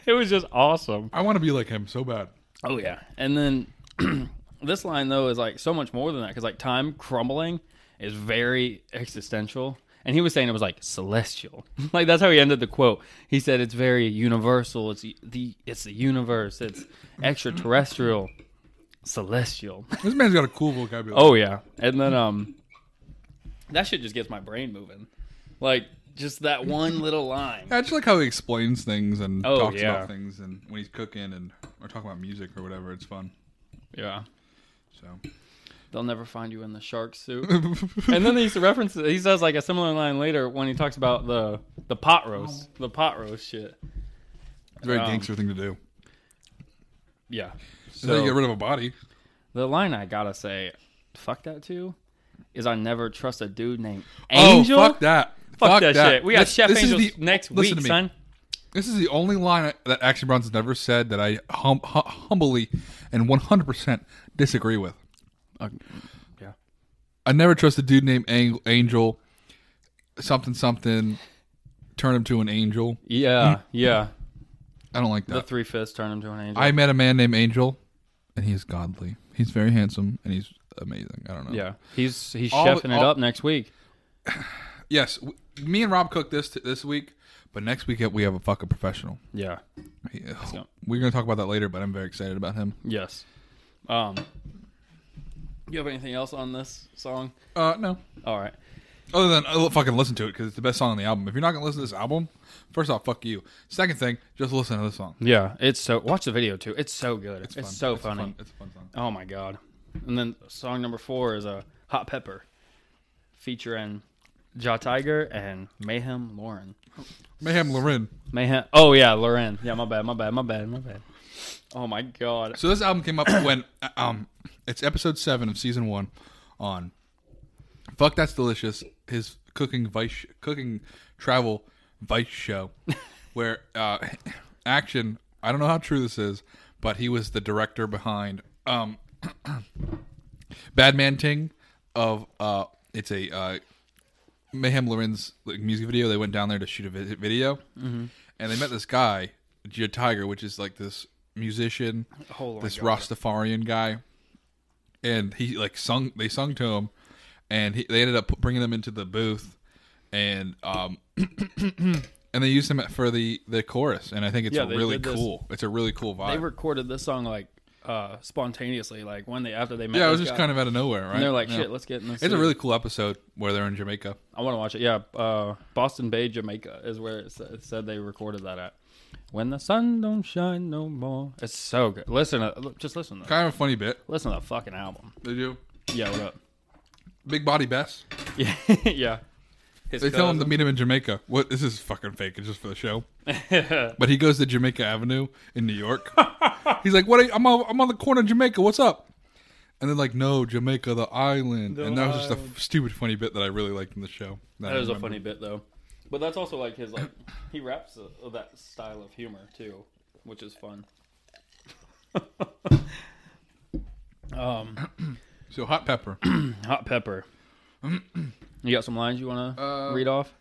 Speaker 3: it was just awesome.
Speaker 2: I want to be like him so bad.
Speaker 3: Oh yeah. And then this line though is like so much more than that because like time crumbling is very existential. And he was saying it was like celestial. like that's how he ended the quote. He said it's very universal. It's the it's the universe. It's extraterrestrial, celestial.
Speaker 2: This man's got a cool vocabulary.
Speaker 3: Oh yeah, and then um, that shit just gets my brain moving, like just that one little line.
Speaker 2: I just like how he explains things and
Speaker 3: Oh,
Speaker 2: talks
Speaker 3: yeah.
Speaker 2: about things, and when he's cooking and or talking about music or whatever, it's fun.
Speaker 3: Yeah,
Speaker 2: So
Speaker 3: they'll never find you in the shark suit. and then he references, he says like a similar line later when he talks about the the pot
Speaker 2: Oh.
Speaker 3: roast, the pot roast shit.
Speaker 2: it's a very
Speaker 3: Um,
Speaker 2: gangster thing to do.
Speaker 3: Yeah.
Speaker 2: So you
Speaker 3: So-
Speaker 2: get rid of a body.
Speaker 3: The line I gotta say, fuck that too, is I never trust a dude named
Speaker 2: Oh,
Speaker 3: Angel.
Speaker 2: fuck that.
Speaker 3: Fuck that, shit. We got
Speaker 2: This-
Speaker 3: Chef
Speaker 2: this is
Speaker 3: Angel
Speaker 2: the-
Speaker 3: next
Speaker 2: listen
Speaker 3: week,
Speaker 2: to me.
Speaker 3: son.
Speaker 2: This is the only line that Action Bronson's never said that I hum- hu- humbly and 100% disagree with.
Speaker 3: yeah.
Speaker 2: I never trust a dude named Ang- Angel, something, something, turn him to an angel. Mm.
Speaker 3: Yeah, yeah.
Speaker 2: I don't like
Speaker 3: The
Speaker 2: that.
Speaker 3: three fists turn him to an angel.
Speaker 2: I met a man named Angel, and he's godly. He's very handsome, and he's amazing. I don't know.
Speaker 3: Yeah, he's he's
Speaker 2: All-
Speaker 3: chefing it
Speaker 2: all-
Speaker 3: up next week.
Speaker 2: Yes, w- me and Rob cooked this t- this week, but next week we have a fucking professional.
Speaker 3: Yeah.
Speaker 2: He- oh,
Speaker 3: go.
Speaker 2: we're going to talk about that later, but I'm very excited about him.
Speaker 3: Yes. Um. You have anything else on this song?
Speaker 2: Uh, no.
Speaker 3: All right.
Speaker 2: Other than uh, fucking listen to it because it's the best song on the album. If you're not gonna listen to this album, first off, fuck you. Second thing, just listen to this song.
Speaker 3: Yeah, it's so. Watch the video too. It's so good. It's,
Speaker 2: fun.
Speaker 3: so
Speaker 2: It's a
Speaker 3: funny.
Speaker 2: fun- it's a fun song.
Speaker 3: Oh my god! And then song number four is a hot pepper, featuring Ja Tiger and Mayhem Lauren.
Speaker 2: Mayhem Lorin.
Speaker 3: Mayhem. Oh yeah, Lauren. Yeah, my bad. My bad. My bad. My bad. Oh my god.
Speaker 2: So this album came up when uh, um, it's episode seven of season one on. Fuck that's delicious. His cooking vice cooking travel vice show, where uh, action. I don't know how true this is, but he was the director behind um, Badman Ting of uh, it's a uh, Mayhem Loren's like, music video. They went down there to shoot a vi- video, and they met this guy, Gia Tiger, which is like this musician,
Speaker 3: Oh my
Speaker 2: this
Speaker 3: God.
Speaker 2: Rastafarian guy, and he like sung. They sung to him, and he, they ended up bringing him into the booth, and um, and they used him for the the chorus. And I think it's
Speaker 3: Yeah, they
Speaker 2: really
Speaker 3: did this.
Speaker 2: cool. It's a really cool vibe.
Speaker 3: They recorded this song like uh spontaneously, like when they after they met.
Speaker 2: yeah, it was
Speaker 3: this
Speaker 2: just
Speaker 3: guy.
Speaker 2: kind of out of nowhere, right?
Speaker 3: And they're like,
Speaker 2: Yeah.
Speaker 3: shit, let's get in this.
Speaker 2: It's a
Speaker 3: suit."
Speaker 2: really cool episode where they're in Jamaica.
Speaker 3: I want to watch it. Yeah, uh, Boston Bay, Jamaica is where it, sa- it said they recorded that at. When the sun don't shine no more. It's so good. Listen, to, look, just listen. To,
Speaker 2: Kind of a funny bit.
Speaker 3: Listen to the fucking album.
Speaker 2: They do.
Speaker 3: Yeah, what up?
Speaker 2: Big Body Bess.
Speaker 3: Yeah, yeah. His
Speaker 2: They tell him to
Speaker 3: cousin.
Speaker 2: meet him in Jamaica. What? This is fucking fake. It's just for the show. but he goes to Jamaica Avenue in New York. He's like, "What? Are you, I'm on, I'm on the corner of Jamaica. What's up?" And then like, "No, Jamaica, the island." and that was just a f- stupid funny bit that I really liked in the show. I
Speaker 3: That was a
Speaker 2: remember.
Speaker 3: funny bit though, but that's also like his like he raps uh, that style of humor too, which is fun. um,
Speaker 2: So hot pepper.
Speaker 3: hot pepper. you got some lines you want to
Speaker 2: Uh,
Speaker 3: read off?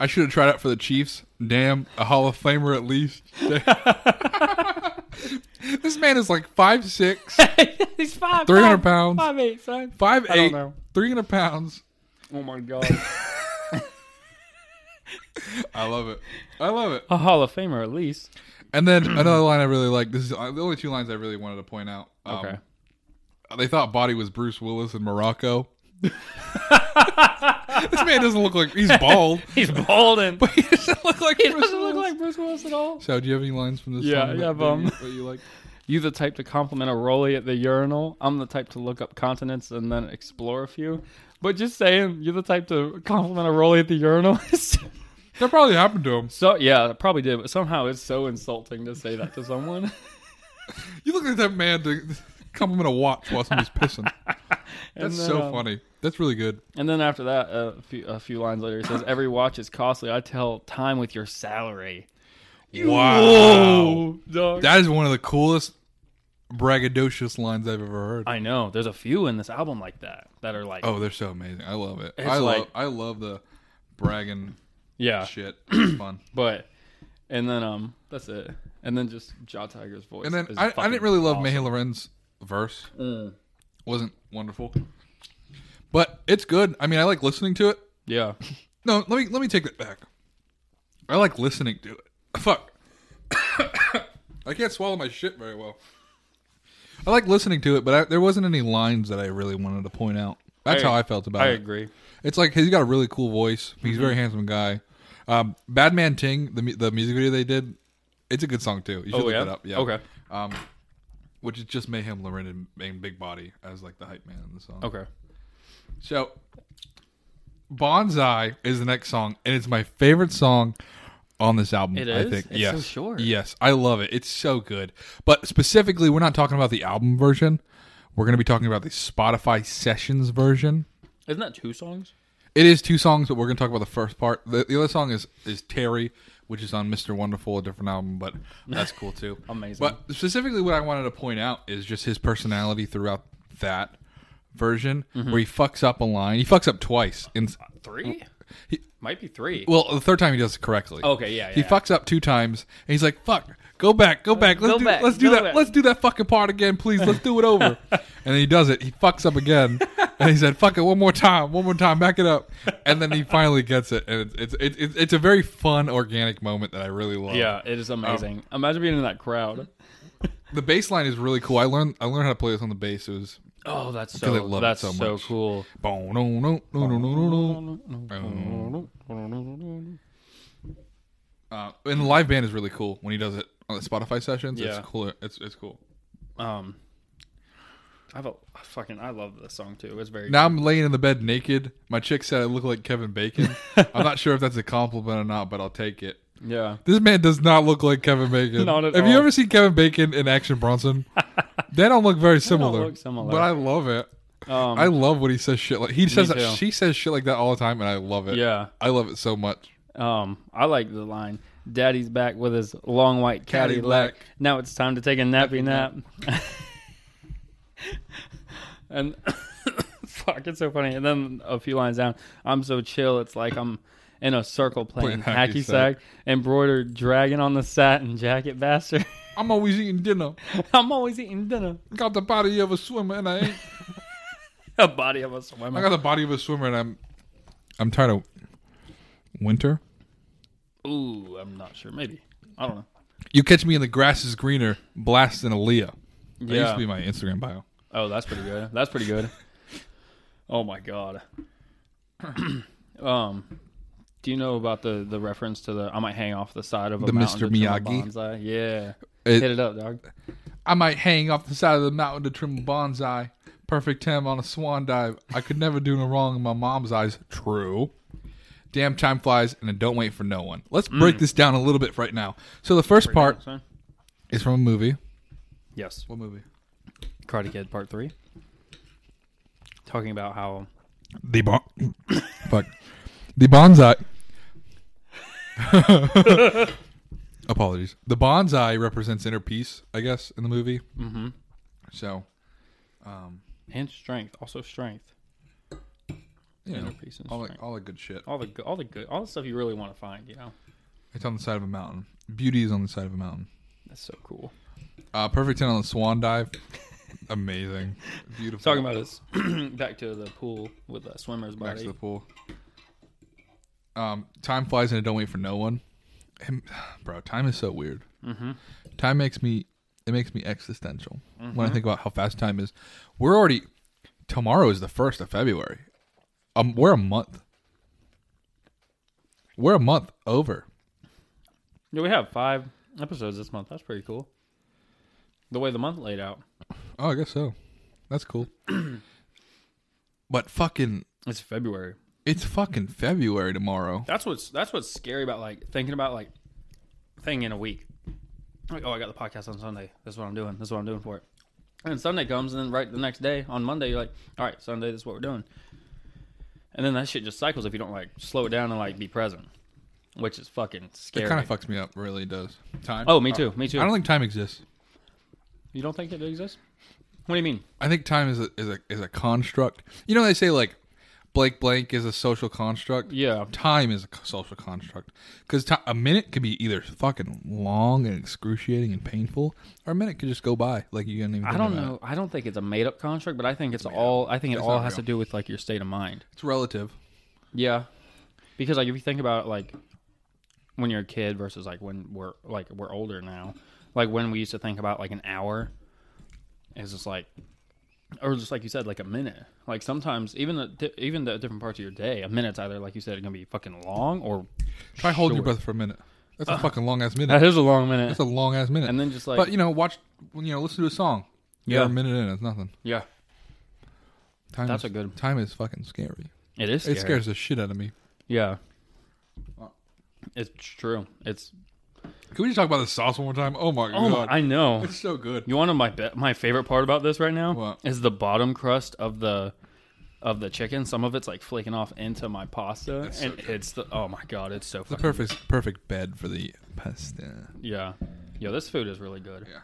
Speaker 2: I should have tried out for the Chiefs. Damn, a Hall of Famer at least. this man is like five six,
Speaker 3: He's five.
Speaker 2: three hundred pounds,
Speaker 3: Five eight, son.
Speaker 2: five
Speaker 3: I don't
Speaker 2: eight,
Speaker 3: know.
Speaker 2: three hundred pounds.
Speaker 3: Oh my god.
Speaker 2: I love it. I love it.
Speaker 3: A Hall of Famer, at least.
Speaker 2: And then another line I really like. This is uh, the only two lines I really wanted to point out. Um,
Speaker 3: Okay.
Speaker 2: They thought Body was Bruce Willis in Morocco. this man doesn't look like he's bald.
Speaker 3: He's bald and
Speaker 2: He doesn't look like
Speaker 3: he
Speaker 2: Bruce
Speaker 3: doesn't look
Speaker 2: Willis.
Speaker 3: like Bruce Willis at all.
Speaker 2: So, do you have any lines from this?
Speaker 3: Yeah,
Speaker 2: song
Speaker 3: I
Speaker 2: that-
Speaker 3: have,
Speaker 2: that you-
Speaker 3: um,
Speaker 2: that you like.
Speaker 3: You the type to compliment a rolly at the urinal. I'm the type to look up continents and then explore a few. But just saying, you're the type to compliment a rolly at the urinal. is-
Speaker 2: That probably happened to him.
Speaker 3: so yeah, it probably did. But somehow it's so insulting to say that to someone.
Speaker 2: You look like that man to compliment a watch while somebody's pissing.
Speaker 3: And
Speaker 2: That's
Speaker 3: then,
Speaker 2: so
Speaker 3: um,
Speaker 2: funny. That's really good.
Speaker 3: And then after that, a few, a few lines later, he says, "Every watch is costly. I tell time with your salary." Oh,
Speaker 2: Wow.
Speaker 3: Whoa, dog.
Speaker 2: That is one of the coolest braggadocious lines I've ever heard.
Speaker 3: I know. There's a few in this album like that that are like,
Speaker 2: oh, they're so amazing. I love it.
Speaker 3: It's
Speaker 2: I love
Speaker 3: like- Uh,
Speaker 2: I love the bragging
Speaker 3: yeah,
Speaker 2: shit. It's fun.
Speaker 3: but and then um, that's it. And then just Jaw Tiger's voice.
Speaker 2: And then
Speaker 3: is
Speaker 2: I, I
Speaker 3: fucking
Speaker 2: didn't really love
Speaker 3: awesome.
Speaker 2: Mayhew Loren's verse. Wasn't wonderful. But it's good. I mean, I like listening to it.
Speaker 3: Yeah,
Speaker 2: No, let me let me take that back. I like listening to it. Fuck. I can't swallow my shit very well. I like listening to it, but I, there wasn't any lines that I really wanted to point out. That's
Speaker 3: I-
Speaker 2: how I felt about
Speaker 3: I
Speaker 2: it.
Speaker 3: agree. Mm-hmm.
Speaker 2: It's like he's got a really cool voice. He's a very handsome guy. Um, Badman Ting, the mu- the music video they did, it's a good song too. You should
Speaker 3: Oh,
Speaker 2: look
Speaker 3: yeah?
Speaker 2: that up. Yeah.
Speaker 3: Okay.
Speaker 2: Um, which is just Mayhem Loren and, and Big Body as like the hype man in the song.
Speaker 3: Okay.
Speaker 2: So, Bonsai is the next song, and it's my favorite song on this album.
Speaker 3: It
Speaker 2: I
Speaker 3: is?
Speaker 2: think.
Speaker 3: It's so
Speaker 2: yes.
Speaker 3: short.
Speaker 2: Yes, I love it. It's so good. But specifically, we're not talking about the album version. We're going to be talking about the Spotify Sessions version.
Speaker 3: Isn't that two songs?
Speaker 2: It is two songs, but we're going to talk about the first part. The, the other song is is Terry, which is on Mr. Wonderful, a different album, but that's cool too.
Speaker 3: Amazing.
Speaker 2: But specifically, what I wanted to point out is just his personality throughout that version, where he fucks up a line. He fucks up twice. In,
Speaker 3: Three?
Speaker 2: Mm. He-
Speaker 3: Might be three.
Speaker 2: well, the third time he does it correctly.
Speaker 3: Okay, yeah,
Speaker 2: He
Speaker 3: yeah.
Speaker 2: fucks up two times, and he's like, "Fuck, go back, go back, let's
Speaker 3: Go
Speaker 2: do,
Speaker 3: back,
Speaker 2: let's do
Speaker 3: go
Speaker 2: that,
Speaker 3: back."
Speaker 2: let's do that fucking part again, please, let's do it over." and then he does it. He fucks up again, and he said, "Fuck it, one more time, one more time, back it up." And then he finally gets it, and it's it's it's, it's a very fun, organic moment that I really love.
Speaker 3: yeah, it
Speaker 2: oh.
Speaker 3: is amazing. Imagine being in that crowd.
Speaker 2: the bass line is really cool. I learned I learned how to play this on the bass. It was.
Speaker 3: Oh, that's
Speaker 2: I
Speaker 3: so.
Speaker 2: love it
Speaker 3: that's
Speaker 2: so
Speaker 3: so
Speaker 2: much.
Speaker 3: cool.
Speaker 2: Uh, Uh, and the live band is really cool when he does it on the Spotify sessions.
Speaker 3: Yeah.
Speaker 2: It's cool. It's it's cool.
Speaker 3: Um, I have a I fucking I love this song too. It's very
Speaker 2: Now I'm laying in the bed naked. My chick said I look like Kevin Bacon. I'm not sure if that's a compliment or not, but I'll take it.
Speaker 3: yeah.
Speaker 2: This man does not look like Kevin Bacon.
Speaker 3: Not at
Speaker 2: Have you
Speaker 3: all.
Speaker 2: ever seen Kevin Bacon in Action Bronson? they don't look very similar.
Speaker 3: look similar.
Speaker 2: But I love it.
Speaker 3: Um,
Speaker 2: I love when he says shit like he says.
Speaker 3: too.
Speaker 2: She says shit like that all the time, and I love it.
Speaker 3: yeah.
Speaker 2: I love it so much.
Speaker 3: Um, I like the line. Daddy's back with his long white Cadillac.
Speaker 2: Cadillac.
Speaker 3: Now it's time to take a nappy nap. and fuck, it's so funny. And then a few lines down, I'm so chill. It's like I'm in a circle playing,
Speaker 2: Playing
Speaker 3: hacky,
Speaker 2: hacky sack.
Speaker 3: sack, embroidered dragon on the satin jacket bastard.
Speaker 2: I'm always eating dinner.
Speaker 3: I'm always eating dinner.
Speaker 2: Got the body of a swimmer, and I ain't.
Speaker 3: A body of a
Speaker 2: I
Speaker 3: swimmer.
Speaker 2: got the body of a swimmer, and I'm. I'm tired of winter.
Speaker 3: Ooh, I'm not sure. Maybe I don't know.
Speaker 2: You catch me in the grass is greener, blasting Aaliyah. That
Speaker 3: Yeah.
Speaker 2: used to be my Instagram bio.
Speaker 3: Oh, that's pretty good. That's pretty good. oh my god. um, do you know about the the reference to the I might hang off the side of a
Speaker 2: The
Speaker 3: mountain
Speaker 2: Mr.
Speaker 3: to trim a
Speaker 2: Miyagi?
Speaker 3: bonsai? Yeah,
Speaker 2: It-
Speaker 3: hit it up, dog.
Speaker 2: I might hang off the side of the mountain to trim a bonsai. Perfect hem on a swan dive. I could never do no wrong in my mom's eyes. True. Damn time flies, and I don't wait for no one. Let's break this down a little bit right now. So the first part
Speaker 3: Sorry.
Speaker 2: is from a movie.
Speaker 3: Yes,
Speaker 2: What movie?
Speaker 3: Karate Kid Part Three. Talking about how
Speaker 2: The bon. Fuck. The bonsai. Apologies. The bonsai represents inner peace, I guess, in the movie. Mm-hmm. So,
Speaker 3: and strength, also strength,
Speaker 2: you know,
Speaker 3: inner peace, and
Speaker 2: all the,
Speaker 3: strength.
Speaker 2: all the good shit.
Speaker 3: all the go- all the good, all the stuff you really want to find. You know,
Speaker 2: It's on the side of a mountain. Beauty is on the side of a mountain.
Speaker 3: that's so cool.
Speaker 2: Uh, perfect ten on the swan dive. Amazing. Beautiful.
Speaker 3: Talking about this, back to the pool with the swimmer's
Speaker 2: back to
Speaker 3: body.
Speaker 2: the pool. Um, time flies and I don't wait for no one. And, bro, time is so weird. Time makes me it makes me existential when I think about how fast time is. We're already tomorrow is the first of February. Um, we're a month. We're a month over.
Speaker 3: Yeah, we have five episodes this month. That's pretty cool. The way the month laid out,
Speaker 2: Oh, I guess so. That's cool. but fucking,
Speaker 3: it's February.
Speaker 2: it's fucking February tomorrow.
Speaker 3: That's what's that's what's scary about like thinking about like thing in a week. Like, oh, I got the podcast on Sunday. That's what I'm doing. That's what I'm doing for it. And Sunday comes, and then right the next day on Monday, you're like, all right, Sunday, this is what we're doing. And then that shit just cycles if you don't like slow it down and like be present, which is fucking scary.
Speaker 2: It kind of fucks me up. Really does. Time.
Speaker 3: oh, me too. Me too.
Speaker 2: I don't think time exists.
Speaker 3: you don't think it exists? What do you mean?
Speaker 2: I think time is a, is a is a construct. You know they say like blank blank is a social construct.
Speaker 3: Yeah.
Speaker 2: Time is a c- social construct because a minute could be either fucking long and excruciating and painful, or a minute could just go by like you didn't even.
Speaker 3: I
Speaker 2: think
Speaker 3: don't
Speaker 2: about it.
Speaker 3: know. I don't think it's a made up contract, but I think it's all. I think it
Speaker 2: It's
Speaker 3: all
Speaker 2: not
Speaker 3: has
Speaker 2: real.
Speaker 3: to do with like your state of mind.
Speaker 2: It's relative.
Speaker 3: Yeah, because like if you think about like when you're a kid versus like when we're like we're older now, like when we used to think about like an hour, it's just like, or just like you said, like a minute. Like sometimes even the di- even the different parts of your day, a minute's either like you said, gonna be fucking long or
Speaker 2: Try holding your
Speaker 3: Sure. Uh,
Speaker 2: breath for a minute. That's a fucking long ass minute.
Speaker 3: that is a long minute.
Speaker 2: That's a long ass minute.
Speaker 3: And then just, like-
Speaker 2: but you know, watch, you know, listen to a song.
Speaker 3: Yeah.
Speaker 2: You're a minute in, it's nothing.
Speaker 3: yeah,
Speaker 2: Time
Speaker 3: That's
Speaker 2: is,
Speaker 3: a good-
Speaker 2: Time is fucking scary.
Speaker 3: it is. Scary.
Speaker 2: It scares the shit out of me.
Speaker 3: Yeah, it's true. It's
Speaker 2: Can we just talk about the sauce one more time? Oh my
Speaker 3: oh, my,
Speaker 2: god,
Speaker 3: I know.
Speaker 2: it's so good.
Speaker 3: You want to know my be- my favorite part about this right now
Speaker 2: What?
Speaker 3: is the bottom crust of the of the chicken. Some of it's like flaking off into my pasta,
Speaker 2: That's so
Speaker 3: and it's the oh my god, it's so
Speaker 2: The
Speaker 3: fucking
Speaker 2: perfect perfect bed for the pasta.
Speaker 3: yeah, yo, this food is really good.
Speaker 2: Yeah.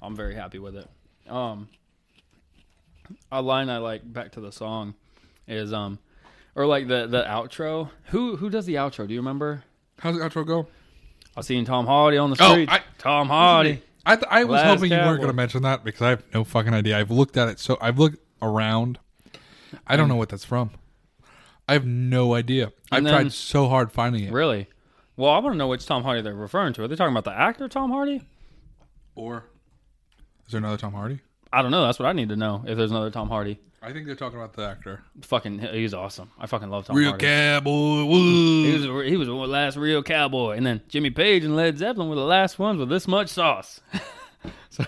Speaker 3: I'm very happy with it. Um, a line I like back to the song is um, or like the the outro. Who who does the outro? Do you remember?
Speaker 2: How's the outro go?
Speaker 3: I seen Tom Hardy on the
Speaker 2: Oh,
Speaker 3: street.
Speaker 2: I-
Speaker 3: Tom Hardy.
Speaker 2: I, th- I was
Speaker 3: Last
Speaker 2: hoping you weren't
Speaker 3: Cowboy.
Speaker 2: going to mention that because I have no fucking idea. I've looked at it so I've looked around. I don't know what that's from. I have no idea. I've
Speaker 3: Mm. And then-
Speaker 2: tried so hard finding it.
Speaker 3: Really? Well, I want to know which Tom Hardy they're referring to. Are they talking about the actor Tom Hardy?
Speaker 2: Or is there another Tom Hardy?
Speaker 3: I don't know. That's what I need to know. If there's another Tom Hardy,
Speaker 2: I think they're talking about the actor.
Speaker 3: fucking, he's awesome. I fucking love Tom
Speaker 2: Real
Speaker 3: Hardy.
Speaker 2: cowboy.
Speaker 3: he
Speaker 2: Woo.
Speaker 3: was he was the last real cowboy, and then Jimmy Page and Led Zeppelin were the last ones with this much sauce. so,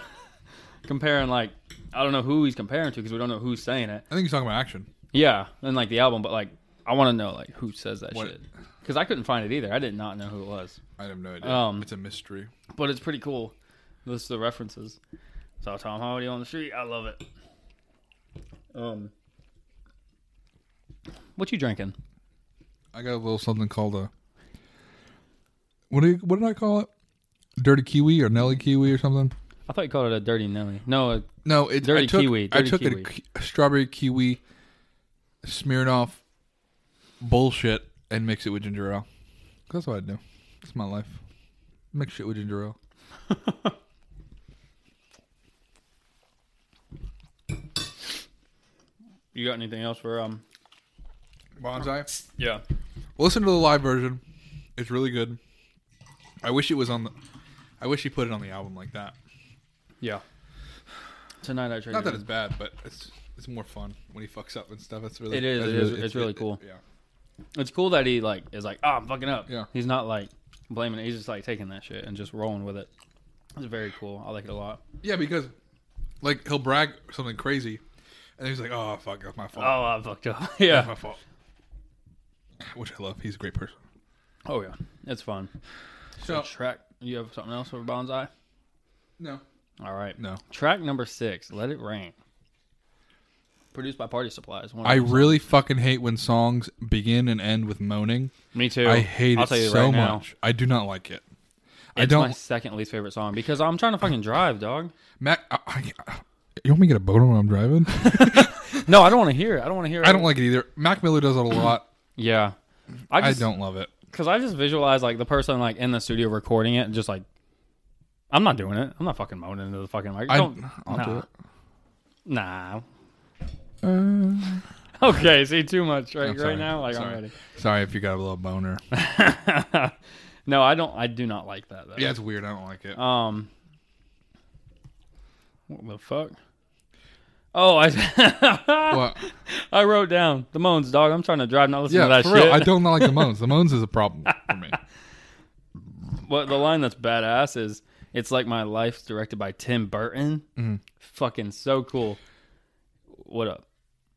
Speaker 3: comparing like, I don't know who he's comparing to because we don't know who's saying it.
Speaker 2: I think he's talking about action.
Speaker 3: Yeah, and like the album, but like, I want to know like who says that
Speaker 2: What-
Speaker 3: shit because I couldn't find it either. I did not know who it was,
Speaker 2: I have no idea.
Speaker 3: Um,
Speaker 2: it's a mystery.
Speaker 3: but it's pretty cool. This is the references. Saw Tom Hardy on the street. I love it. Um, what you drinking?
Speaker 2: I got a little something called a. What do you, what did I call it? Dirty kiwi or Nelly kiwi or something?
Speaker 3: I thought you called it a dirty Nelly. No, uh, a,
Speaker 2: No, it,
Speaker 3: Dirty
Speaker 2: I took,
Speaker 3: kiwi,
Speaker 2: I
Speaker 3: dirty
Speaker 2: took a
Speaker 3: kiwi.
Speaker 2: ki- A, strawberry kiwi, Smirnoff bullshit, and mix it with ginger ale. 'Cause That's what I do. It's my life. Mix shit with ginger ale.
Speaker 3: you got anything else for um?
Speaker 2: Bonsai.
Speaker 3: Yeah,
Speaker 2: Listen to the live version. It's really good. I wish it was on the. I wish he put it on the album like that.
Speaker 3: yeah. Tonight I traded.
Speaker 2: Not that it's bad, but it's it's more fun when he fucks up and stuff. It's really
Speaker 3: It is,
Speaker 2: that's
Speaker 3: it is, it's really cool.
Speaker 2: yeah.
Speaker 3: It's cool that he like is like, oh, I'm fucking up.
Speaker 2: Yeah.
Speaker 3: He's not like blaming it. He's just like taking that shit and just rolling with it. It's very cool. I like it a lot.
Speaker 2: Yeah, because like he'll brag something crazy, and he's like, "Oh fuck, that's my fault.
Speaker 3: Oh, I fucked up. yeah.
Speaker 2: That's my fault." Which I love. He's a great person.
Speaker 3: Oh yeah. It's fun.
Speaker 2: So
Speaker 3: Track. You have something else for bonsai?
Speaker 2: no,
Speaker 3: All right.
Speaker 2: no.
Speaker 3: Track number six. Let it rain. Produced by Party Supplies. One of
Speaker 2: I
Speaker 3: them.
Speaker 2: really fucking hate when songs begin and end with moaning.
Speaker 3: Me too.
Speaker 2: I hate
Speaker 3: I'll
Speaker 2: it
Speaker 3: tell you
Speaker 2: so
Speaker 3: right now.
Speaker 2: much. I do not like it. I
Speaker 3: It's
Speaker 2: don't.
Speaker 3: my second least favorite song because I'm trying to fucking drive, dog.
Speaker 2: Mac, I, I- you want me to get a boner when I'm driving?
Speaker 3: No, I don't want to hear it. I don't want to hear it.
Speaker 2: I don't like it either. Mac Miller does it a lot.
Speaker 3: Yeah. I
Speaker 2: I
Speaker 3: just
Speaker 2: don't love it.
Speaker 3: cuz I just visualize like the person like in the studio recording it and just like I'm not doing it. I'm not fucking moaning into the fucking mic.
Speaker 2: I,
Speaker 3: don't,
Speaker 2: I'll
Speaker 3: nah.
Speaker 2: do it.
Speaker 3: Nah. Okay, see too much
Speaker 2: Uh,
Speaker 3: right
Speaker 2: I'm
Speaker 3: right
Speaker 2: sorry.
Speaker 3: now. Like
Speaker 2: sorry.
Speaker 3: I'm ready.
Speaker 2: Sorry if you got a little boner.
Speaker 3: no, I don't. I do not like that. Though.
Speaker 2: yeah, it's weird. I don't like it.
Speaker 3: Um. What the fuck? Oh, I
Speaker 2: Well,
Speaker 3: I wrote down the moans, dog. I'm trying to drive, not listen
Speaker 2: yeah,
Speaker 3: to that
Speaker 2: for
Speaker 3: shit.
Speaker 2: real. I don't like the moans. The moans is a problem for me.
Speaker 3: What the line that's badass is it's like my life's directed by Tim Burton.
Speaker 2: Mm-hmm.
Speaker 3: Fucking so cool. What up?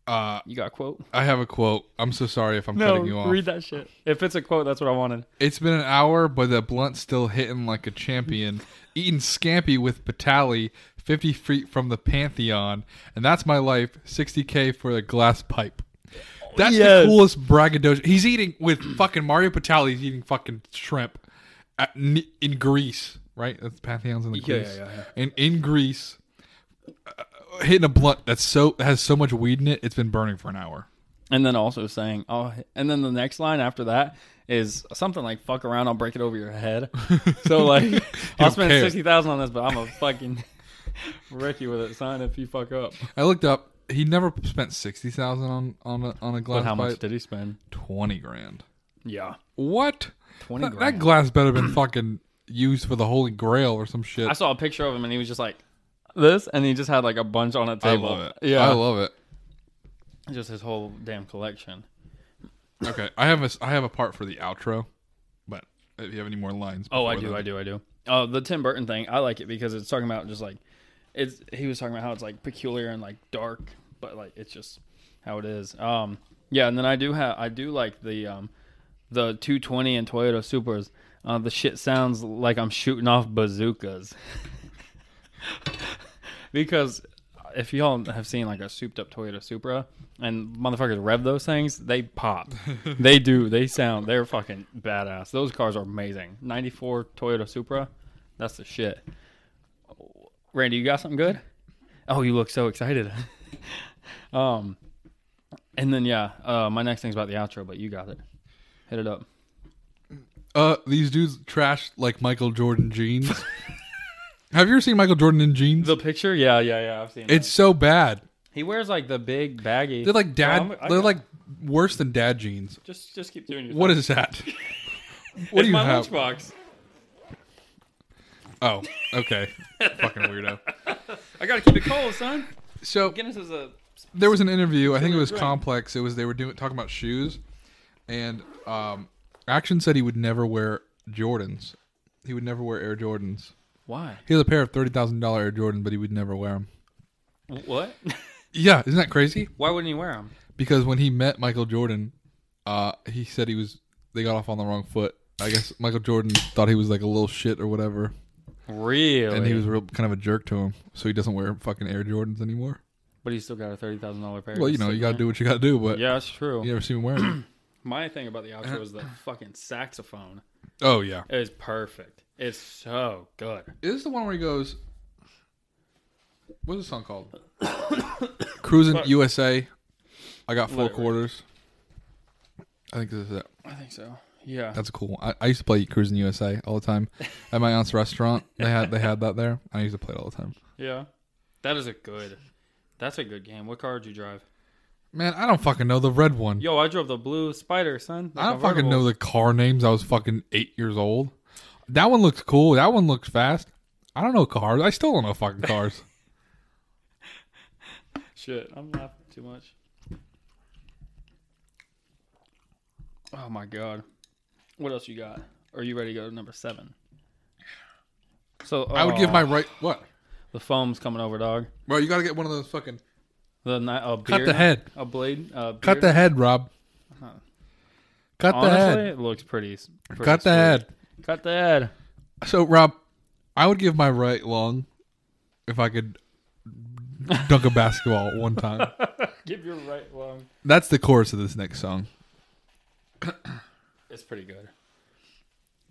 Speaker 2: Uh,
Speaker 3: You got a quote?
Speaker 2: I have a quote. I'm so sorry if I'm cutting you off.
Speaker 3: read that shit. If it's a quote, that's what I wanted.
Speaker 2: It's been an hour, but the blunt's still hitting like a champion. Eating scampi with Batali, 50 feet from the Pantheon. And that's my life, 60K for a glass pipe. That's
Speaker 3: Yes.
Speaker 2: the coolest braggadocio. He's eating with fucking Mario Batali. He's eating fucking shrimp at, in Greece, right? That's Pantheon's in the
Speaker 3: Yeah,
Speaker 2: Greece.
Speaker 3: yeah, yeah, yeah.
Speaker 2: And in Greece, uh, hitting a blunt that's so that has so much weed in it, it's been burning for an hour.
Speaker 3: And then also saying, oh, and then the next line after that is something like, fuck around, I'll break it over your head. so, like, I'll
Speaker 2: don't
Speaker 3: spend
Speaker 2: care.
Speaker 3: 60000 on this, but I'm a fucking wreck you with it, son, if you fuck up.
Speaker 2: I looked up. He never spent sixty thousand on on a, on a glass
Speaker 3: But how
Speaker 2: pipe.
Speaker 3: much did he spend?
Speaker 2: 20 grand.
Speaker 3: Yeah.
Speaker 2: What?
Speaker 3: 20
Speaker 2: That- That
Speaker 3: grand.
Speaker 2: glass better been fucking used for the Holy Grail or some shit.
Speaker 3: I saw a picture of him and he was just like, this, and he just had like a bunch on a
Speaker 2: I
Speaker 3: table.
Speaker 2: love it.
Speaker 3: Yeah.
Speaker 2: I love it.
Speaker 3: just his whole damn collection.
Speaker 2: Okay, I have a s- I have a part for the outro, but if you have any more lines,
Speaker 3: Oh, I
Speaker 2: before
Speaker 3: do,
Speaker 2: that-
Speaker 3: I do, I do. Oh, the Tim Burton thing, I like it because it's talking about just like it's. He was talking about how it's like peculiar and like dark, but like it's just how it is. Um, yeah, and then I do have, I do like the um, the 220 and Toyota Supers. Uh, the shit sounds like I'm shooting off bazookas. because if y'all have seen like a souped up Toyota Supra and motherfuckers rev those things, they pop. they do. They sound. They're fucking badass. Those cars are amazing. '94 Toyota Supra. That's the shit. Randy, you got something good? Oh, you look so excited. um, and then yeah, uh, my next thing's about the outro, but you got it. Hit it up.
Speaker 2: Uh, these dudes trash like Michael Jordan jeans. have you ever seen Michael Jordan in jeans?
Speaker 3: The picture? Yeah, yeah, yeah. I've seen it.
Speaker 2: it's so bad.
Speaker 3: He wears like the big baggy.
Speaker 2: They're like dad.
Speaker 3: Well, I'm- I
Speaker 2: they're
Speaker 3: got-
Speaker 2: like worse than dad jeans.
Speaker 3: just just keep doing your.
Speaker 2: What
Speaker 3: thing.
Speaker 2: is that? what do you
Speaker 3: my
Speaker 2: have?
Speaker 3: lunchbox.
Speaker 2: Oh, okay. Fucking weirdo.
Speaker 3: I gotta keep it cold, son.
Speaker 2: So
Speaker 3: Guinness is a.
Speaker 2: there was an interview. I think it was
Speaker 3: Right.
Speaker 2: Complex. It was they were doing talking about shoes, and um, Action said he would never wear Jordans. He would never wear Air Jordans.
Speaker 3: Why?
Speaker 2: He has a pair of thirty thousand dollar Air Jordan, but he would never wear them.
Speaker 3: What?
Speaker 2: Yeah, isn't that crazy?
Speaker 3: Why wouldn't he wear them?
Speaker 2: Because when he met Michael Jordan, uh, he said he was they got off on the wrong foot. I guess Michael Jordan thought he was like a little shit or whatever,
Speaker 3: Really?
Speaker 2: and he was real kind of a jerk to him. So he doesn't wear fucking Air Jordans anymore.
Speaker 3: But he still got a thirty thousand dollar pair.
Speaker 2: Well, you know, you gotta do what you gotta do, but
Speaker 3: Yeah, that's true. Uh,
Speaker 2: you never see him wearing. 'em.
Speaker 3: My thing about the outro is the fucking saxophone
Speaker 2: oh yeah,
Speaker 3: is perfect. It's so good.
Speaker 2: Is this the one where he goes? What's the song called? Cruising USA. I got four
Speaker 3: Literally.
Speaker 2: quarters. I think this is it.
Speaker 3: I think so. Yeah.
Speaker 2: That's a cool one. I, I used to play Cruising USA all the time at my aunt's restaurant. They had they had that there. I used to play it all the time.
Speaker 3: yeah. That is a good. That's a good game. What car did you drive?
Speaker 2: Man, I don't fucking know the red one.
Speaker 3: Yo, I drove the blue spider, son.
Speaker 2: I don't fucking know the car names. I was fucking eight years old. That one looked cool. That one looked fast. I don't know cars. I still don't know fucking cars.
Speaker 3: Shit, I'm laughing too much. Oh my god. What else you got? Are you ready to go to number seven? So
Speaker 2: I would give
Speaker 3: oh,
Speaker 2: my right. What?
Speaker 3: the foam's coming over, dog.
Speaker 2: Bro, you got to get one of those fucking.
Speaker 3: The ni- a
Speaker 2: Cut
Speaker 3: beer
Speaker 2: the
Speaker 3: kni-
Speaker 2: head.
Speaker 3: A blade. uh, A
Speaker 2: Cut the
Speaker 3: beer-
Speaker 2: head, Rob. Cut the
Speaker 3: Honestly,
Speaker 2: head.
Speaker 3: it looks pretty. s- pretty
Speaker 2: Cut the
Speaker 3: sweet.
Speaker 2: head.
Speaker 3: Cut the head.
Speaker 2: So, Rob, I would give my right lung if I could dunk a basketball at one time.
Speaker 3: Give your right lung.
Speaker 2: That's the chorus of this next song.
Speaker 3: It's pretty good.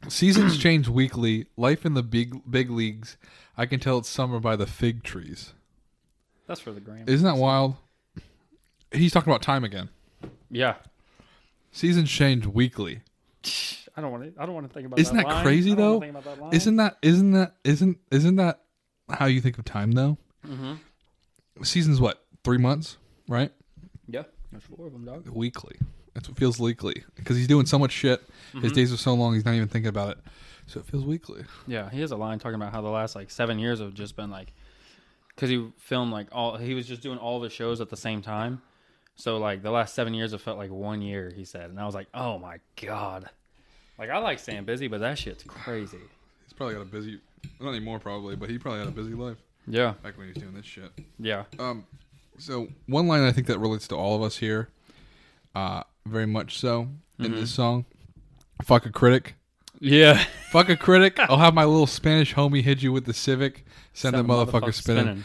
Speaker 2: Seasons change weekly. Life in the big big leagues. I can tell it's summer by the fig trees.
Speaker 3: That's for the gram.
Speaker 2: Isn't that wild? He's talking about time again.
Speaker 3: yeah.
Speaker 2: Seasons change weekly.
Speaker 3: I don't want to. I don't want to think about.
Speaker 2: Isn't that
Speaker 3: line.
Speaker 2: crazy,
Speaker 3: I don't wanna
Speaker 2: though?
Speaker 3: think about that line.
Speaker 2: Isn't that isn't that isn't isn't that how you think of time though? Mm-hmm. Seasons what three months, right?
Speaker 3: Yeah. There's four of them, dog.
Speaker 2: weekly. That's what feels weekly because he's doing so much shit. His days are so long; he's not even thinking about it. So it feels weekly.
Speaker 3: Yeah, he has a line talking about how the last like seven years have just been like, because he filmed like all he was just doing all the shows at the same time. So like the last seven years have felt like one year. He said, and I was like, oh my god. Like I like staying busy, but that shit's crazy.
Speaker 2: He's probably got a busy, not anymore probably, but he probably had a busy life
Speaker 3: Yeah,
Speaker 2: back when he was doing this shit.
Speaker 3: yeah.
Speaker 2: Um, so one line I think that relates to all of us here, uh, very much so in this song. Fuck a critic.
Speaker 3: Yeah.
Speaker 2: Fuck a critic. I'll have my little Spanish homie hit you with the Civic. Send, that motherfucker spinning.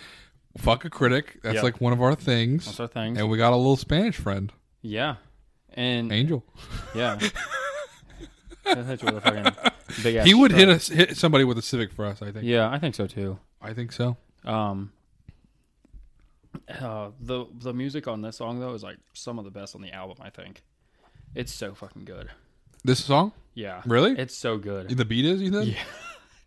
Speaker 2: Fuck a critic. That's
Speaker 3: Yep.
Speaker 2: like one of our things.
Speaker 3: That's our things.
Speaker 2: And we got a little Spanish friend,
Speaker 3: Yeah. And
Speaker 2: Angel.
Speaker 3: yeah. He'll hit you with a fucking big ass
Speaker 2: he would hit
Speaker 3: truck.
Speaker 2: us, hit somebody with a Civic for us. I think.
Speaker 3: Yeah, I think so too.
Speaker 2: I think so.
Speaker 3: Um, uh, the the music on this song though is like some of the best on the album. I think it's so fucking good.
Speaker 2: This song,
Speaker 3: Yeah,
Speaker 2: Really?
Speaker 3: it's so good.
Speaker 2: the beat is you think?
Speaker 3: Yeah.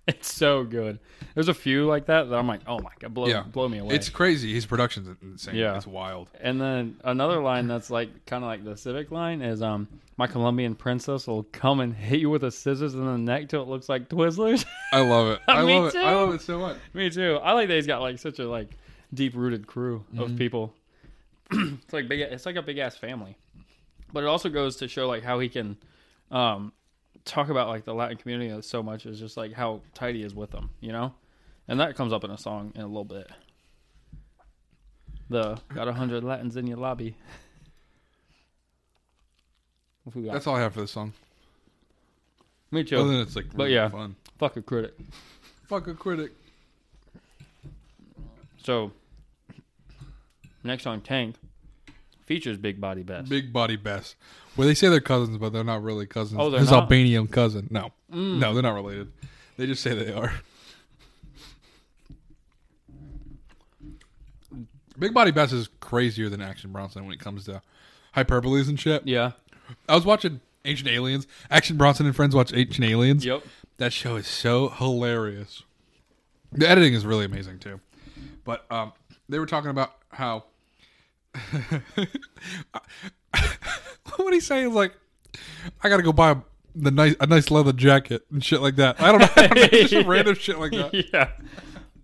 Speaker 3: It's so good. There's a few like that that I'm like, oh my god, blow
Speaker 2: Yeah.
Speaker 3: blow me away.
Speaker 2: It's crazy. His production's insane.
Speaker 3: Yeah.
Speaker 2: It's wild.
Speaker 3: and then another line that's like kind of like the civic line is um my Colombian princess will come and hit you with a scissors in the neck till it looks like Twizzlers.
Speaker 2: I love it. I
Speaker 3: Me
Speaker 2: love it. I
Speaker 3: too.
Speaker 2: love it so much.
Speaker 3: Me too. I like that he's got like such a like deep rooted crew
Speaker 2: Mm-hmm.
Speaker 3: of people. it's like big. It's like a big ass family. But it also goes to show like how he can um, talk about like the Latin community so much is just like how tight he is with them, you know. And that comes up in a song in a little bit. The got a hundred Latins in your lobby. Who we got?
Speaker 2: That's all I have for this song.
Speaker 3: Me too.
Speaker 2: Other than it's like,
Speaker 3: But
Speaker 2: really
Speaker 3: yeah.
Speaker 2: fun.
Speaker 3: Fuck a critic.
Speaker 2: Fuck a critic.
Speaker 3: So next song, Tank, features Big Body Best.
Speaker 2: Big body best. Where they say they're cousins, but they're not really cousins.
Speaker 3: Oh, they're
Speaker 2: His
Speaker 3: not? Mm.
Speaker 2: Albanian cousin. No, no, they're not related. They just say they are. Big Body Bass is crazier than Action Bronson when it comes to hyperboles and shit.
Speaker 3: Yeah.
Speaker 2: I was watching Ancient Aliens. Action Bronson and friends watch Ancient Aliens.
Speaker 3: Yep.
Speaker 2: That show is so hilarious. The editing is really amazing too. But um, they were talking about how what he saying is like, I gotta go buy the nice a nice leather jacket and shit like that. I don't know, I don't know just random shit like that.
Speaker 3: yeah.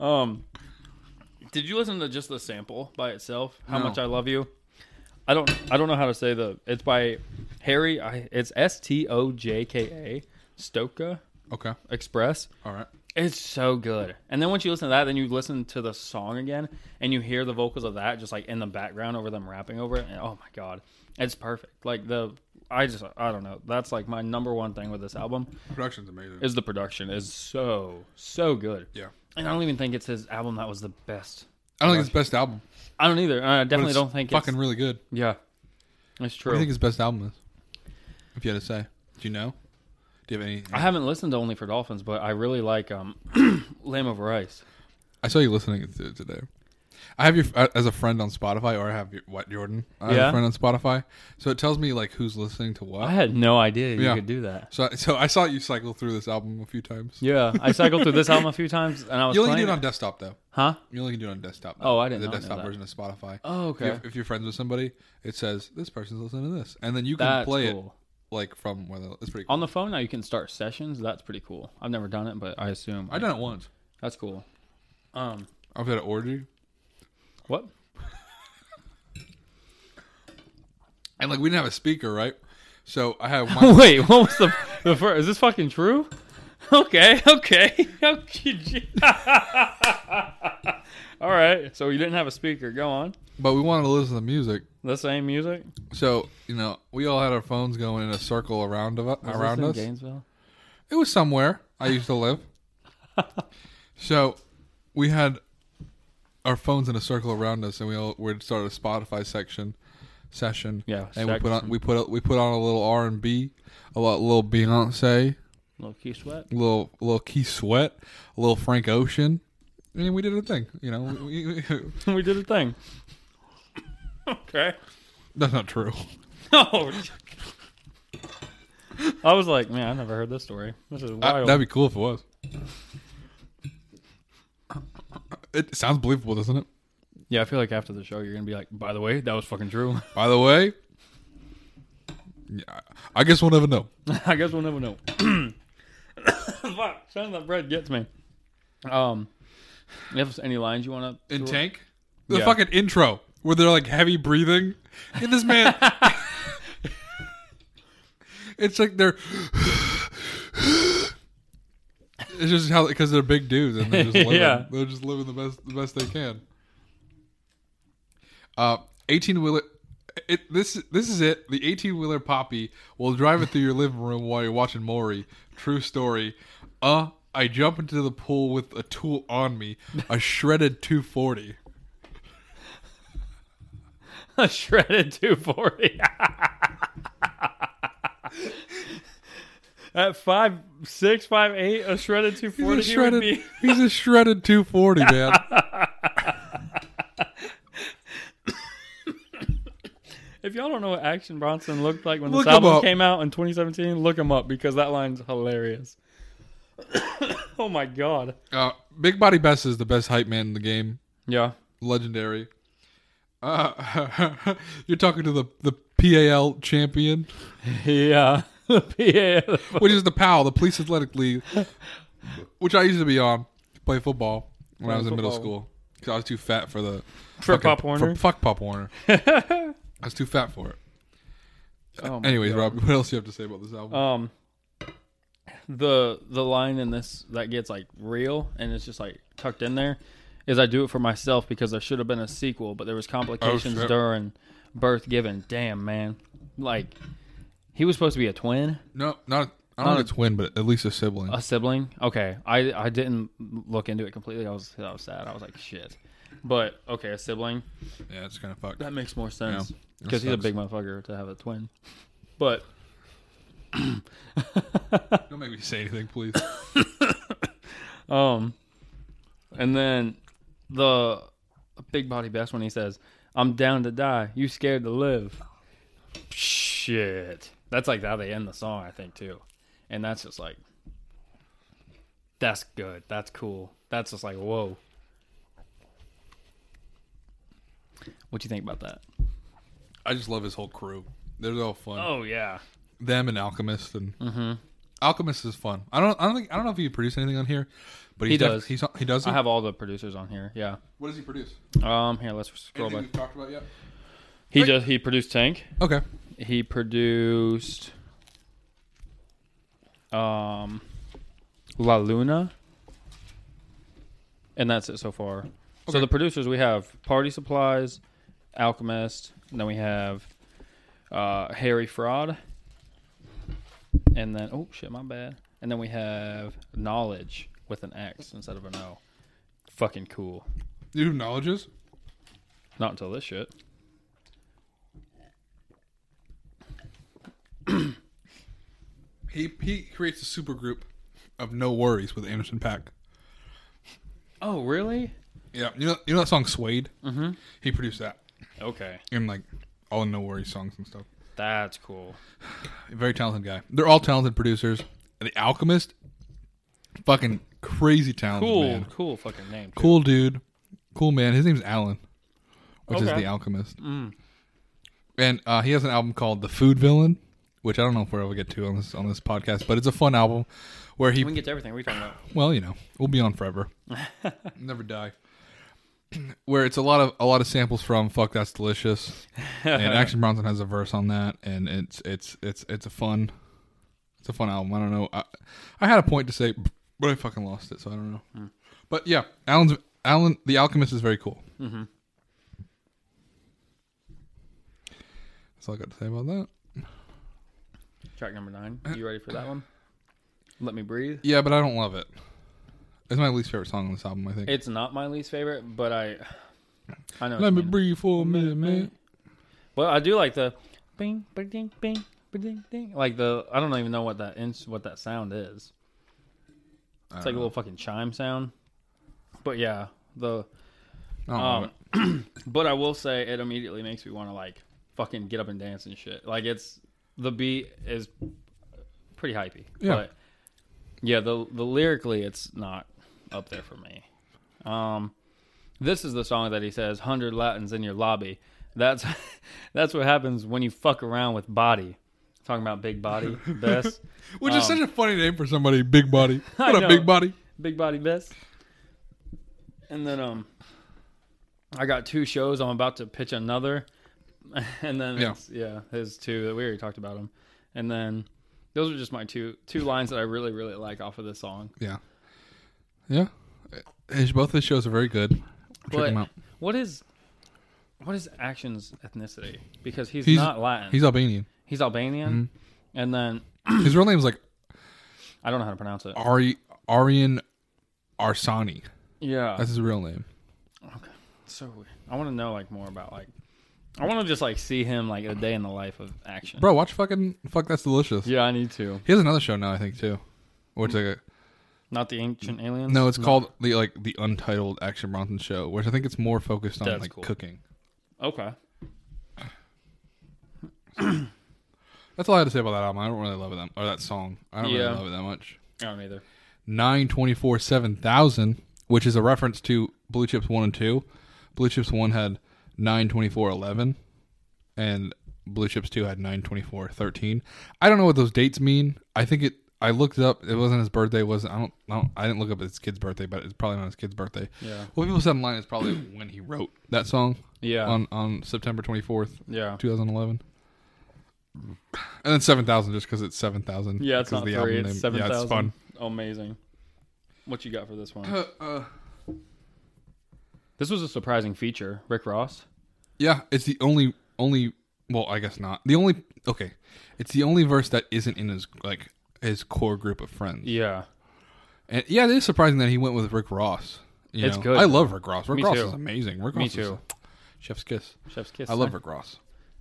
Speaker 3: Um, did you listen to just the sample by itself? How
Speaker 2: No.
Speaker 3: much I love you. I don't. I don't know how to say the. It's by Harry. I, it's S T O J K A Stoka
Speaker 2: Okay,
Speaker 3: Express.
Speaker 2: all right.
Speaker 3: It's so good. And then once you listen to that, then you listen to the song again, and you hear the vocals of that just like in the background over them rapping over it. And, oh my god, it's perfect. Like the. I just. I don't know. That's like my number one thing with this album
Speaker 2: Production's amazing.
Speaker 3: is the production is so so good.
Speaker 2: yeah,
Speaker 3: And I don't even think it's his album that was the best.
Speaker 2: I don't think it's his best album.
Speaker 3: I don't either. I
Speaker 2: but
Speaker 3: definitely
Speaker 2: it's
Speaker 3: don't think
Speaker 2: fucking
Speaker 3: it's.
Speaker 2: really good.
Speaker 3: Yeah, that's
Speaker 2: What do
Speaker 3: true.
Speaker 2: you think his best album is? If you had to say, do you know? Do you have any?
Speaker 3: I haven't listened to Only for Dolphins, but I really like um, Lamb of Rice.
Speaker 2: I saw you listening to it today. I have your uh, as a friend on Spotify, or I have your, what Jordan? I have a
Speaker 3: Yeah.
Speaker 2: friend on Spotify, so it tells me like who's listening to what.
Speaker 3: I had no idea you
Speaker 2: Yeah.
Speaker 3: could do that.
Speaker 2: so so I saw you cycle through this album a few times.
Speaker 3: Yeah, I cycled through this album a few times, and I was
Speaker 2: You only can
Speaker 3: playing
Speaker 2: do it on
Speaker 3: it.
Speaker 2: desktop though.
Speaker 3: huh?
Speaker 2: You only can do it on desktop.
Speaker 3: Oh, I didn't
Speaker 2: The
Speaker 3: know- know
Speaker 2: desktop
Speaker 3: that.
Speaker 2: version of Spotify.
Speaker 3: Oh,
Speaker 2: If you're-
Speaker 3: okay.
Speaker 2: If, you're friends with somebody, it says this person's listening to this, and then you can
Speaker 3: That's
Speaker 2: play
Speaker 3: cool.
Speaker 2: it like from where the, it's pretty. cool.
Speaker 3: On the phone now, you can start sessions. That's pretty cool. I've never done it, but I assume
Speaker 2: I done it once.
Speaker 3: That's cool. Um,
Speaker 2: I've had an orgy,
Speaker 3: what?
Speaker 2: and like we didn't have a speaker, right? So I had my
Speaker 3: Wait, what was the the first? Is this fucking true? Okay, okay, okay. gee. All right. So you didn't have a speaker. Go on.
Speaker 2: but we wanted to listen to music.
Speaker 3: The same music.
Speaker 2: So you know, we all had our phones going in a circle around of around us.
Speaker 3: Gainesville.
Speaker 2: It was somewhere I used to live. so we had our phones in a circle around us, and we all we started a Spotify section session.
Speaker 3: Yeah,
Speaker 2: and we put on we put we put on a little R and B, a lot, little Beyonce,
Speaker 3: Little key sweat.
Speaker 2: a little a little Key Sweat, a little Frank Ocean. And we did a thing, you know. We, we,
Speaker 3: we did a thing. okay.
Speaker 2: that's not true.
Speaker 3: Oh. I was like, man, I never heard this story. This is
Speaker 2: I-
Speaker 3: wild.
Speaker 2: that'd be cool if it was. It sounds believable, doesn't it?
Speaker 3: Yeah, I feel like after the show, you're gonna be like, by the way, that was fucking true.
Speaker 2: By the way, yeah, I guess we'll never know.
Speaker 3: I guess we'll never know. Fuck, son of that bread gets me. Um, you have any lines you want to?
Speaker 2: In Tank, the
Speaker 3: Yeah.
Speaker 2: fucking intro where they're like heavy breathing. And this man, it's like they're. It's just how because they're big dudes and they're just living.
Speaker 3: Yeah.
Speaker 2: They're just living the best the best they can. Uh, eighteen wheeler. It, this this is it. The eighteen wheeler poppy will drive it through your living room while you're watching Maury. True story. Uh, I jump into the pool with a tool on me, a shredded two forty.
Speaker 3: A shredded 240. At five six five eight, a shredded two
Speaker 2: He's a
Speaker 3: forty would
Speaker 2: shredded.
Speaker 3: be
Speaker 2: He's a shredded two forty man.
Speaker 3: If y'all don't know what Action Bronson looked like when
Speaker 2: Look
Speaker 3: this
Speaker 2: him
Speaker 3: album
Speaker 2: up.
Speaker 3: came out in 2017, look him up because that line's hilarious. oh my god.
Speaker 2: Uh, Big Body Bess is the best hype man in the game.
Speaker 3: Yeah.
Speaker 2: Legendary. Uh, you're talking to the the PAL champion,
Speaker 3: Yeah. yeah.
Speaker 2: which is the PAL, the Police Athletic League, which I used to be on to play football when I was in middle
Speaker 3: football.
Speaker 2: school because I was too fat for the
Speaker 3: For
Speaker 2: fucking-
Speaker 3: Pop
Speaker 2: For,
Speaker 3: Warner?
Speaker 2: fuck Pop Warner. I was too fat for it.
Speaker 3: Oh my
Speaker 2: Anyways,
Speaker 3: God.
Speaker 2: Rob, what else do you have to say about this album?
Speaker 3: Um the the line in this that gets like real and it's just like tucked in there is I do it for myself because there should have been a sequel, but there was complications
Speaker 2: shit.
Speaker 3: during birth given. Damn man. Like he was supposed to be a twin.
Speaker 2: no, not. I don't
Speaker 3: not Uh,
Speaker 2: think it's twin, but at least a sibling.
Speaker 3: A sibling? Okay. I I didn't look into it completely. I was I was sad. I was like shit. But okay, a sibling.
Speaker 2: yeah, it's kind of fucked.
Speaker 3: That makes more sense.
Speaker 2: Yeah, that
Speaker 3: Because he's a
Speaker 2: sucks.
Speaker 3: big motherfucker to have a twin. But
Speaker 2: Don't make me say anything, please.
Speaker 3: um and then the big body best when he says, I'm down to die. You scared to live. Shit. That's like how they end the song, I think, too. And that's just like that's good. That's cool. That's just like whoa. What you think about that?
Speaker 2: I just love his whole crew. They're all fun.
Speaker 3: Oh yeah.
Speaker 2: Them and Alchemist and
Speaker 3: Mm-hmm.
Speaker 2: Alchemist is fun. I don't. I don't think. I don't know if he produced anything on here, but he's
Speaker 3: He
Speaker 2: def-
Speaker 3: does.
Speaker 2: He's he does.
Speaker 3: I
Speaker 2: he?
Speaker 3: have all the producers on here. Yeah.
Speaker 2: What does he produce?
Speaker 3: Um, here let's scroll
Speaker 2: Anything
Speaker 3: back.
Speaker 2: we've talked about yet?
Speaker 3: He just he produced Tank.
Speaker 2: Okay.
Speaker 3: He produced um La Luna. And that's it so far. So
Speaker 2: Okay.
Speaker 3: the producers we have Party Supplies, Alchemist, and then we have uh Harry Fraud. And then oh shit, my bad. And then we have Knowledge with an X instead of an O. Fucking cool.
Speaker 2: You do knowledges.
Speaker 3: Not until this shit.
Speaker 2: He he creates a super group of No Worries with Anderson Pack.
Speaker 3: Oh, really?
Speaker 2: Yeah. You know you know that song Suede. Mm-hmm. He produced that
Speaker 3: Okay.
Speaker 2: and like all No Worries songs and stuff.
Speaker 3: That's cool.
Speaker 2: Very talented guy. They're all talented producers. The Alchemist, fucking crazy talented
Speaker 3: Cool,
Speaker 2: man.
Speaker 3: cool fucking name. Cool.
Speaker 2: cool dude, cool man. His name's Alan, which is
Speaker 3: Okay.
Speaker 2: the Alchemist, and uh, he has an album called The Food Villain, which I don't know if we'll ever get to on this on this podcast, but it's a fun album where he
Speaker 3: We can get to everything. What are you talking about?
Speaker 2: well, you know, we'll be on forever. Never die. Where it's a lot of a lot of samples from "Fuck That's Delicious," and Action Bronson has a verse on that, and it's it's it's it's a fun, it's a fun album. I don't know, I, I had a point to say, but I fucking lost it, so I don't know. But yeah, Alan's Alan the Alchemist is very cool. Mm-hmm. That's all I got to say about that.
Speaker 3: Track number nine. You ready for that one? Let me breathe.
Speaker 2: Yeah, but I don't love it. It's my least favorite song on this album, I think.
Speaker 3: It's not my least favorite, but I, I know.
Speaker 2: Let
Speaker 3: what you
Speaker 2: me
Speaker 3: mean.
Speaker 2: breathe for a minute, man.
Speaker 3: Well, I do like the, bing, bing, ding, bing, bing, ding, ding. Like the, I don't even know what that ins what that sound is. It's like a little fucking chime sound. But yeah, the
Speaker 2: I don't love
Speaker 3: Um,
Speaker 2: it.
Speaker 3: but I will say it immediately makes me want to like fucking get up and dance and shit. Like it's the beat is pretty hypey.
Speaker 2: Yeah.
Speaker 3: But yeah, the the lyrically it's not up there for me. Um This is the song that he says, "100 Latins in your lobby." That's that's what happens when you fuck around with body. Talking about big body, best.
Speaker 2: Which is
Speaker 3: Um,
Speaker 2: such a funny name for somebody, Big Body.
Speaker 3: I
Speaker 2: What a
Speaker 3: know.
Speaker 2: Big Body.
Speaker 3: Big Body Best. And then um I got two shows. I'm about to pitch another. And then
Speaker 2: Yeah.
Speaker 3: yeah, yeah his two that we already talked about them. And then those are just my two two lines that I really really like off of this song.
Speaker 2: Yeah. Yeah. His- both his shows are very good. Check
Speaker 3: But
Speaker 2: him out.
Speaker 3: what is what is Action's ethnicity? Because he's,
Speaker 2: He's-
Speaker 3: not Latin.
Speaker 2: He's Mm-hmm.
Speaker 3: He's,
Speaker 2: Albanian.
Speaker 3: Albanian. And then
Speaker 2: His real name is like
Speaker 3: I don't know how to pronounce it.
Speaker 2: Ari Arian Arsani.
Speaker 3: Yeah.
Speaker 2: That's his real name.
Speaker 3: so weird. I want to know like more about like I want to just like see him like a day in the life of Action.
Speaker 2: Bro, watch fucking fuck that's delicious.
Speaker 3: Yeah, Mm. I need to.
Speaker 2: He has another show now, I think too. Which like a,
Speaker 3: Not the ancient aliens.
Speaker 2: Mm. no, it's called the like the Untitled Action Bronson Show, which I think it's more focused on
Speaker 3: That's
Speaker 2: like
Speaker 3: cool.
Speaker 2: cooking.
Speaker 3: Okay.
Speaker 2: That's all I had to say about that album. I don't really love it that or that song. I don't
Speaker 3: Yeah.
Speaker 2: really love it that much.
Speaker 3: I don't either.
Speaker 2: Nine twenty four seven thousand, which is a reference to Blue Chips one and two. Blue Chips one had nine twenty four eleven, and Blue Chips two had nine twenty four thirteen. I don't know what those dates mean. I think it. I looked it up. It wasn't his birthday. It wasn't I don't, I don't. I didn't look up his kid's birthday, but it's probably not his kid's birthday.
Speaker 3: Yeah.
Speaker 2: What people said online is probably when he wrote that song.
Speaker 3: Yeah.
Speaker 2: On on September twenty fourth,
Speaker 3: Yeah.
Speaker 2: two thousand eleven. And then seven thousand, just because it's seven thousand.
Speaker 3: Yeah, it's not
Speaker 2: the
Speaker 3: three.
Speaker 2: album
Speaker 3: It's
Speaker 2: name.
Speaker 3: seven
Speaker 2: Yeah,
Speaker 3: thousand.
Speaker 2: it's fun.
Speaker 3: Amazing. What you got for this one?
Speaker 2: Uh, uh,
Speaker 3: this was a surprising feature. Rick Ross.
Speaker 2: Yeah, it's the only only well, I guess not. The only okay. It's the only verse that isn't in his like his core group of friends.
Speaker 3: Yeah.
Speaker 2: And yeah, it is surprising that he went with Rick Ross. You
Speaker 3: It's
Speaker 2: know?
Speaker 3: good.
Speaker 2: I love Rick Ross. Rick
Speaker 3: Me
Speaker 2: Ross
Speaker 3: too.
Speaker 2: is amazing. Rick
Speaker 3: Me
Speaker 2: Ross
Speaker 3: too.
Speaker 2: is Chef's kiss.
Speaker 3: Chef's kiss.
Speaker 2: I love
Speaker 3: huh?
Speaker 2: Rick Ross.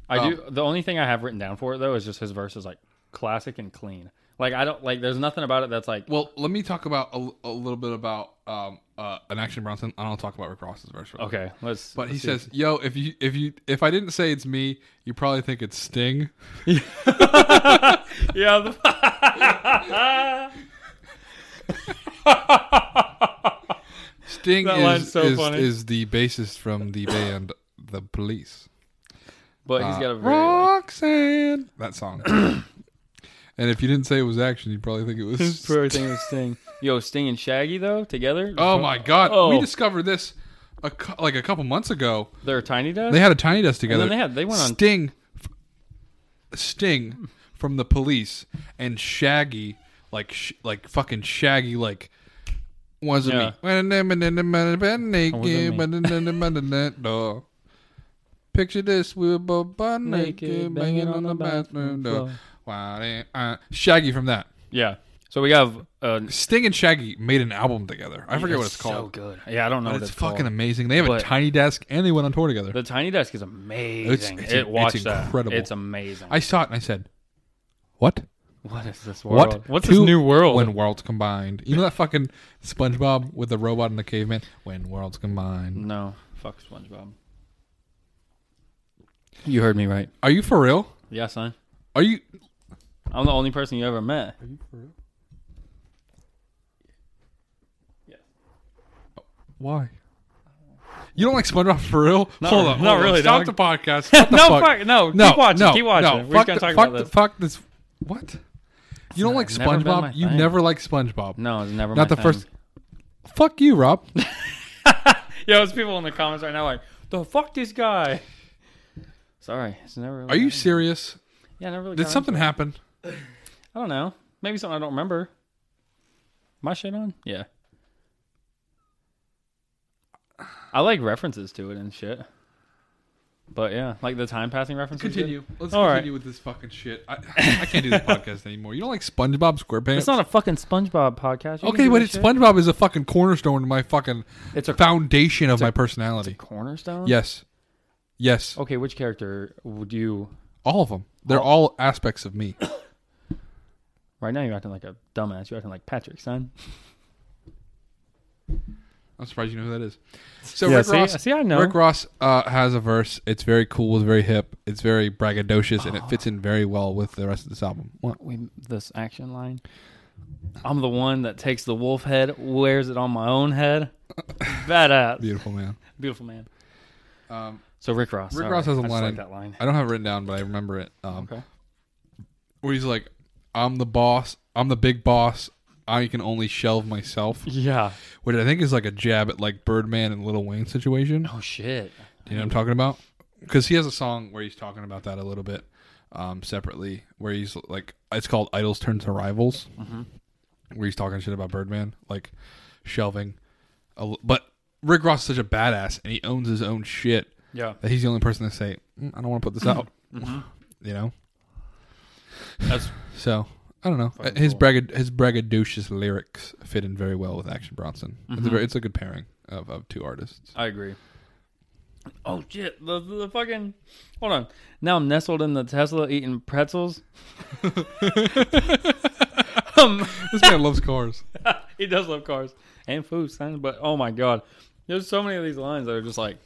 Speaker 3: I do. The only thing I have written down for it though is just his verse is like classic and clean. Like I don't like. There's nothing about it that's like.
Speaker 2: Well, let me talk about a, a little bit about um uh an action Bronson, and I'll talk about Rick Ross's verse. real quick.
Speaker 3: Okay. Let's.
Speaker 2: But he
Speaker 3: let's see.
Speaker 2: says, "Yo, if you if you if I didn't say it's me, you probably think it's Sting."
Speaker 3: Yeah. The,
Speaker 2: Sting
Speaker 3: That line's
Speaker 2: is
Speaker 3: so
Speaker 2: is,
Speaker 3: funny.
Speaker 2: is the bassist from the band The Police.
Speaker 3: but
Speaker 2: Uh,
Speaker 3: he's got a very. Like,
Speaker 2: Roxanne. that song. and if you didn't say it was action, you'd probably think it was.
Speaker 3: thing with Sting. Yo, Sting and Shaggy though together.
Speaker 2: oh my god! We
Speaker 3: Oh.
Speaker 2: discovered this a cou- like a couple months ago.
Speaker 3: They're Tiny Desk.
Speaker 2: They had a Tiny Desk together.
Speaker 3: they had- they went on-
Speaker 2: Sting, Sting from the Police and Shaggy, like sh- like fucking Shaggy, like. Wasn't
Speaker 3: Yeah.
Speaker 2: me. Picture this, we were both butt naked, banging on the bathroom door. Why didn't I- Shaggy from that.
Speaker 3: yeah. So we have uh,
Speaker 2: Sting and Shaggy made an album together. I forget what it's
Speaker 3: So
Speaker 2: called.
Speaker 3: good. Yeah, I don't know.
Speaker 2: but
Speaker 3: what
Speaker 2: it's
Speaker 3: it's called.
Speaker 2: fucking amazing. They have
Speaker 3: But-
Speaker 2: a tiny desk and they went on tour together.
Speaker 3: The Tiny Desk is amazing.
Speaker 2: It's- it's-
Speaker 3: it watch
Speaker 2: it's
Speaker 3: that.
Speaker 2: incredible.
Speaker 3: It's amazing.
Speaker 2: I saw it and I said, What?
Speaker 3: what is this world?
Speaker 2: What?
Speaker 3: What's
Speaker 2: Two
Speaker 3: this new world?
Speaker 2: When worlds combined. You know that fucking SpongeBob with the robot and the caveman? When worlds combined.
Speaker 3: no, fuck SpongeBob. You heard me right.
Speaker 2: Are you for real?
Speaker 3: Yeah, son.
Speaker 2: Are you
Speaker 3: I'm the only person you ever met.
Speaker 2: why? You don't like SpongeBob for real?
Speaker 3: Not-
Speaker 2: hold on,
Speaker 3: not
Speaker 2: hold on.
Speaker 3: really,
Speaker 2: Stop
Speaker 3: dog.
Speaker 2: the podcast. Stop the
Speaker 3: No,
Speaker 2: fuck.
Speaker 3: fuck- no,
Speaker 2: no,
Speaker 3: keep watching,
Speaker 2: no,
Speaker 3: keep watching.
Speaker 2: no.
Speaker 3: We're just
Speaker 2: fuck
Speaker 3: gonna
Speaker 2: the-
Speaker 3: talk
Speaker 2: fuck
Speaker 3: about
Speaker 2: the-
Speaker 3: this.
Speaker 2: Fuck this. What? You don't like
Speaker 3: never been my
Speaker 2: SpongeBob? You
Speaker 3: thing.
Speaker 2: never like SpongeBob.
Speaker 3: No, it's never my
Speaker 2: Not the
Speaker 3: thing.
Speaker 2: first. Fuck you, Rob.
Speaker 3: Yo, there's people in the comments right now like, the fuck this guy. Sorry, it's never. Really
Speaker 2: Are you
Speaker 3: happened.
Speaker 2: serious?
Speaker 3: Yeah, I never. Really
Speaker 2: Did
Speaker 3: got
Speaker 2: something
Speaker 3: into it.
Speaker 2: happen?
Speaker 3: I don't know. Maybe something I don't remember. My shit on? Yeah. I like references to it and shit. But yeah, like the time passing references.
Speaker 2: Let's
Speaker 3: All right.
Speaker 2: with this fucking shit. I, I can't do this podcast anymore. You don't like SpongeBob SquarePants?
Speaker 3: It's not a fucking SpongeBob podcast. You can
Speaker 2: okay,
Speaker 3: do
Speaker 2: but it's
Speaker 3: this shit.
Speaker 2: SpongeBob is a fucking cornerstone to my fucking
Speaker 3: It's a
Speaker 2: foundation of my personality.
Speaker 3: cornerstone.
Speaker 2: yes, yes,
Speaker 3: Okay, which character would you?
Speaker 2: all of them.
Speaker 3: Oh.
Speaker 2: They're all aspects of me.
Speaker 3: Right now, you're acting like a dumbass. You're acting like Patrick, son.
Speaker 2: I'm surprised you know who that is. So
Speaker 3: Yeah,
Speaker 2: Rick
Speaker 3: see-
Speaker 2: Ross,
Speaker 3: see, I know.
Speaker 2: Rick Ross uh, has a verse. It's very cool. It's very hip. It's very braggadocious, and it fits in very well with the rest of this album. What?
Speaker 3: We this action line. I'm the one that takes the wolf head, wears it on my own head. Badass.
Speaker 2: Beautiful man.
Speaker 3: Beautiful man.
Speaker 2: Um,
Speaker 3: So Rick Ross.
Speaker 2: Rick
Speaker 3: sorry.
Speaker 2: Ross has a
Speaker 3: I just
Speaker 2: line.
Speaker 3: like
Speaker 2: in-
Speaker 3: that line.
Speaker 2: I don't have it written down, but I remember it. Um,
Speaker 3: Okay.
Speaker 2: Where he's like, "I'm the boss. I'm the big boss. I can only shelve myself,"
Speaker 3: Yeah.
Speaker 2: which I think is like a jab at like Birdman and Little Wayne situation.
Speaker 3: Oh shit.
Speaker 2: You know what I'm talking about? Because he has a song where he's talking about that a little bit um, separately, where he's like, it's called "Idols Turn to Rivals,"
Speaker 3: Mm-hmm.
Speaker 2: where he's talking shit about Birdman, like shelving. A l- but Rick Ross is such a badass, and he owns his own shit
Speaker 3: Yeah.
Speaker 2: that he's the only person to say, "Mm, "I don't want to put this out,"
Speaker 3: Mm-hmm.
Speaker 2: you know.
Speaker 3: That's
Speaker 2: So I don't know.
Speaker 3: Fucking
Speaker 2: his
Speaker 3: cool.
Speaker 2: bragga- his braggadocious lyrics fit in very well with Action Bronson.
Speaker 3: Mm-hmm.
Speaker 2: It's a very, it's a good pairing of, of two artists.
Speaker 3: I agree. Oh shit! The, the fucking hold on. Now I'm nestled in the Tesla eating pretzels. um,
Speaker 2: This man loves cars.
Speaker 3: he does love cars and food, son. But oh my god, there's so many of these lines that are just like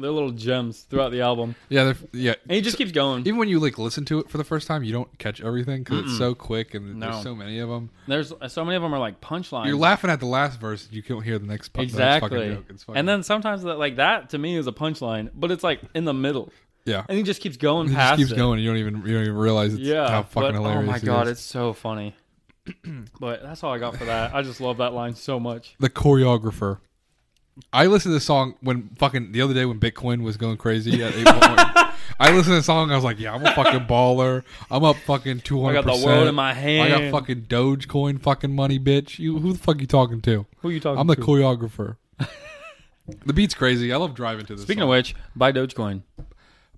Speaker 3: they're little gems throughout the album,
Speaker 2: Yeah, they're, yeah.
Speaker 3: and he just keeps going.
Speaker 2: even when you like listen to it for the first time, you don't catch everything because it's so quick and
Speaker 3: No.
Speaker 2: there's so many of them.
Speaker 3: There's so many of them are like punchlines.
Speaker 2: You're laughing at the last verse, you can't hear the next, pu- the next fucking
Speaker 3: exactly,
Speaker 2: joke. It's fucking,
Speaker 3: and then sometimes that like that to me is a punchline, but it's like in the middle,
Speaker 2: yeah,
Speaker 3: and he just keeps going
Speaker 2: it
Speaker 3: past.
Speaker 2: just keeps
Speaker 3: it.
Speaker 2: going. You don't even you don't even realize it's
Speaker 3: Yeah,
Speaker 2: how fucking
Speaker 3: but,
Speaker 2: hilarious.
Speaker 3: Oh my
Speaker 2: it
Speaker 3: god,
Speaker 2: is.
Speaker 3: it's so funny. but that's all I got for that. I just love that line so much.
Speaker 2: the choreographer. I listened to this song when fucking the other day when Bitcoin was going crazy at 8.1. I listened to the song. I was like, "Yeah, I'm a fucking baller. I'm up fucking two
Speaker 3: I
Speaker 2: hundred
Speaker 3: got
Speaker 2: percent.
Speaker 3: the world in my
Speaker 2: I
Speaker 3: hand.
Speaker 2: got fucking Dogecoin, fucking money, bitch. You who the fuck you talking to?
Speaker 3: Who you talking
Speaker 2: I'm the
Speaker 3: to?
Speaker 2: choreographer. the beat's crazy. I love driving to this.
Speaker 3: Speaking
Speaker 2: song.
Speaker 3: of which, buy Dogecoin.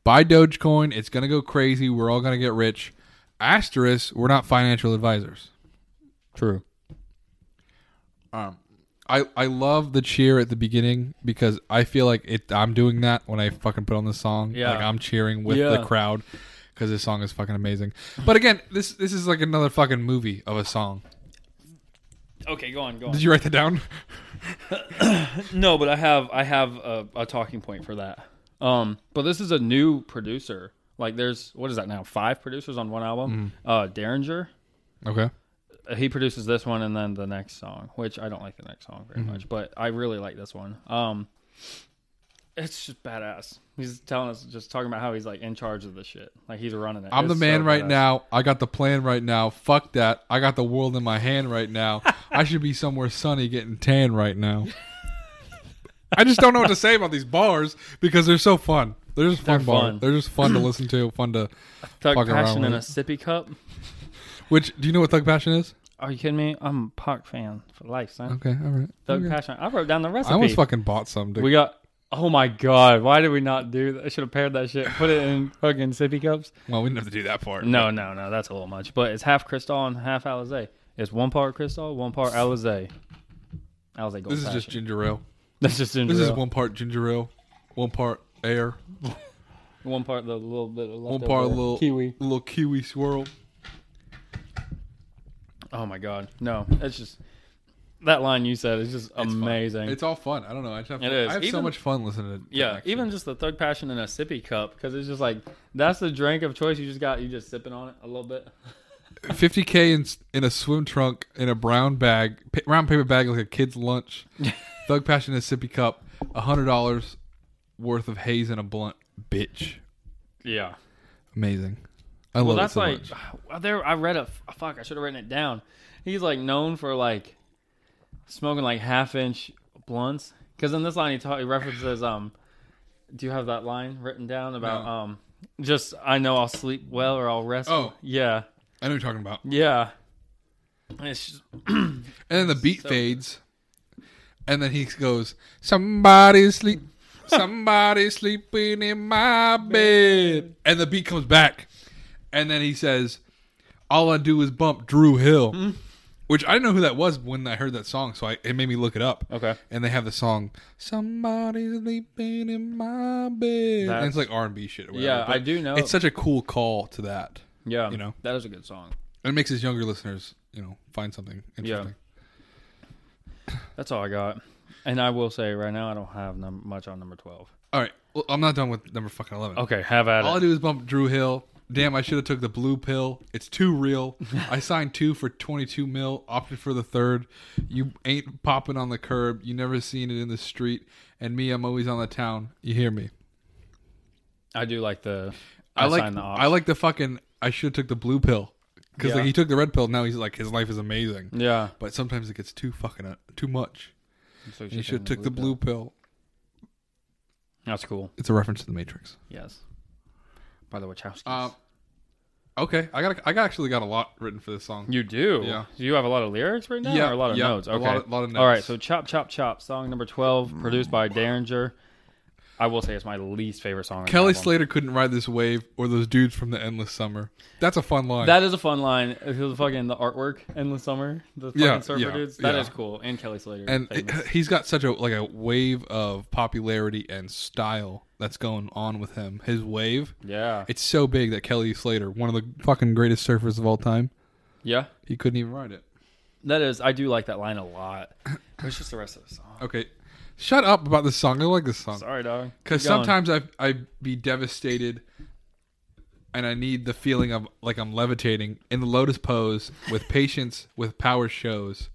Speaker 2: buy Dogecoin. It's gonna go crazy. We're all gonna get rich. Asterisk, we're not financial advisors.
Speaker 3: True.
Speaker 2: Um, I I love the cheer at the beginning because I feel like it. I'm doing that when I fucking put on this song.
Speaker 3: Yeah.
Speaker 2: like I'm cheering with the
Speaker 3: Yeah.
Speaker 2: crowd because this song is fucking amazing. But again, this this is like another fucking movie of a song.
Speaker 3: Okay, go on, go on.
Speaker 2: Did you write that down?
Speaker 3: no, but I have I have a, a talking point for that. Um, but this is a new producer. Like, there's what is that now? Five producers on one album.
Speaker 2: Mm.
Speaker 3: Uh, Derringer.
Speaker 2: Okay.
Speaker 3: he produces this one and then the next song, which I don't like the next song
Speaker 2: Mm-hmm.
Speaker 3: very much, but I really like this one. Um, it's just badass. He's telling us, just talking about how he's like in charge of the shit, like he's running it.
Speaker 2: I'm the
Speaker 3: It's
Speaker 2: man
Speaker 3: so
Speaker 2: right
Speaker 3: badass.
Speaker 2: now. I got the plan right now. Fuck that. I got the world in my hand right now. I should be somewhere sunny getting tan right now. I just don't know what to say about these bars because they're so fun. They're just fun
Speaker 3: They're
Speaker 2: bars.
Speaker 3: fun.
Speaker 2: They're just fun to listen to. Fun to.
Speaker 3: Thug
Speaker 2: fucking around
Speaker 3: passion
Speaker 2: with
Speaker 3: in a
Speaker 2: it.
Speaker 3: sippy cup.
Speaker 2: Which do you know what Thug Passion is?
Speaker 3: Are you kidding me? I'm a Pac fan for life, son.
Speaker 2: Okay, all right.
Speaker 3: Thug
Speaker 2: Okay.
Speaker 3: passion. I wrote down the
Speaker 2: I
Speaker 3: recipe.
Speaker 2: almost fucking bought some. To,
Speaker 3: we got. Oh my god! Why did we not do that? I should have paired that shit. Put it in fucking sippy cups.
Speaker 2: well, we didn't have to do that part.
Speaker 3: No, no, no. That's a little much. But it's half Cristal and half Alizé. It's one part Cristal, one part Alizé. Alizé gold.
Speaker 2: this is just
Speaker 3: fashioned.
Speaker 2: ginger ale.
Speaker 3: that's just ginger.
Speaker 2: This is
Speaker 3: ale. one,
Speaker 2: one part ginger ale, one part air,
Speaker 3: part the little bit of
Speaker 2: one part a
Speaker 3: leftover
Speaker 2: little
Speaker 3: kiwi.
Speaker 2: little kiwi swirl.
Speaker 3: Oh my god, no! It's just that line you said is just
Speaker 2: It's fun.
Speaker 3: amazing.
Speaker 2: It's all fun. I don't know. I just have,
Speaker 3: It is.
Speaker 2: I have so
Speaker 3: Even-
Speaker 2: much fun listening to.
Speaker 3: yeah,
Speaker 2: Action.
Speaker 3: even just the thug passion in a sippy cup because it's just like that's the drink of choice. You just got you just sipping on it a little bit.
Speaker 2: 50k in in a swim trunk in a brown bag, pa- brown paper bag like a kid's lunch. Thug passion in a sippy cup, hundred dollars worth of haze in a blunt. Bitch,
Speaker 3: Yeah.
Speaker 2: amazing. I
Speaker 3: Well,
Speaker 2: love
Speaker 3: that's
Speaker 2: it so
Speaker 3: like
Speaker 2: much.
Speaker 3: well, there. I read a fuck. I should have written it down. He's like known for like smoking like half inch blunts. Because in this line, he, ta- he references um. Do you have that line written down about
Speaker 2: No.
Speaker 3: um? Just I know I'll sleep well or I'll rest.
Speaker 2: Oh.
Speaker 3: yeah,
Speaker 2: I know what you're talking about.
Speaker 3: yeah. It's just,
Speaker 2: And then the beat
Speaker 3: So-
Speaker 2: fades, and then he goes, "Somebody sleep, somebody sleeping in my bed," and the beat comes back, and then he says, "All I do is bump Drew
Speaker 3: Hmm.
Speaker 2: Hill," which I didn't know who that was when I heard that song, so I, it made me look it up.
Speaker 3: Okay.
Speaker 2: and they have the song "Somebody sleeping in my bed," and
Speaker 3: That's-
Speaker 2: it's like R and B shit. Or whatever,
Speaker 3: Yeah, I
Speaker 2: but
Speaker 3: do know.
Speaker 2: It's such a cool call to that.
Speaker 3: yeah.
Speaker 2: You know.
Speaker 3: that is a good song.
Speaker 2: It makes his younger listeners, you know, find something interesting.
Speaker 3: That's all I got. And I will say right now, I don't have num- much on number twelve.
Speaker 2: All right. Well, I'm not done with number fucking 11.
Speaker 3: Okay, have at
Speaker 2: All I
Speaker 3: it.
Speaker 2: do is bump Drew Hill, damn, I should have took the blue pill. It's too real. I signed two for 22 mil, opted for the third. You ain't popping on the curb. You never seen it in the street. And me, I'm always on the town. You hear me?
Speaker 3: I do like the.
Speaker 2: I,
Speaker 3: I,
Speaker 2: like
Speaker 3: sign the ops.
Speaker 2: I like the fucking I should have took the blue pill because
Speaker 3: Yeah.
Speaker 2: like, he took the red pill. Now he's like his life is amazing.
Speaker 3: Yeah.
Speaker 2: But sometimes it gets too fucking uh, too much.
Speaker 3: So
Speaker 2: You should have took the blue pill.
Speaker 3: That's cool.
Speaker 2: It's a reference to the Matrix.
Speaker 3: Yes. By the Wachowskis.
Speaker 2: Um, okay, I got I got actually got a lot written for this song.
Speaker 3: you do.
Speaker 2: yeah.
Speaker 3: Do you have a lot of lyrics right now?
Speaker 2: Yeah,
Speaker 3: Or a lot of
Speaker 2: yeah,
Speaker 3: notes.
Speaker 2: a
Speaker 3: Okay.
Speaker 2: lot of- lot of
Speaker 3: All right.
Speaker 2: notes.
Speaker 3: So chop chop chop. Song number twelve, produced by Derringer. I will say it's my least favorite song. on the
Speaker 2: Kelly
Speaker 3: album.
Speaker 2: Slater couldn't ride this wave, or those dudes from the Endless Summer. That's a fun line.
Speaker 3: That is a fun line. It was fucking the artwork, Endless Summer, the fucking
Speaker 2: Yeah,
Speaker 3: surfer
Speaker 2: yeah,
Speaker 3: dudes. That is
Speaker 2: yeah.
Speaker 3: cool. And Kelly Slater.
Speaker 2: and
Speaker 3: famous.
Speaker 2: it- he's got such a like a wave of popularity and style that's going on with him. His wave,
Speaker 3: yeah.
Speaker 2: it's so big that Kelly Slater, one of the fucking greatest surfers of all time,
Speaker 3: yeah.
Speaker 2: he couldn't even ride it.
Speaker 3: That is I do like that line a lot. It's just the rest of the song.
Speaker 2: Okay, shut up about this song. I like this song.
Speaker 3: Sorry, dog.
Speaker 2: Because
Speaker 3: Keep going.
Speaker 2: sometimes I I be devastated, and I need the feeling of like I'm levitating in the lotus pose with patience with power shows.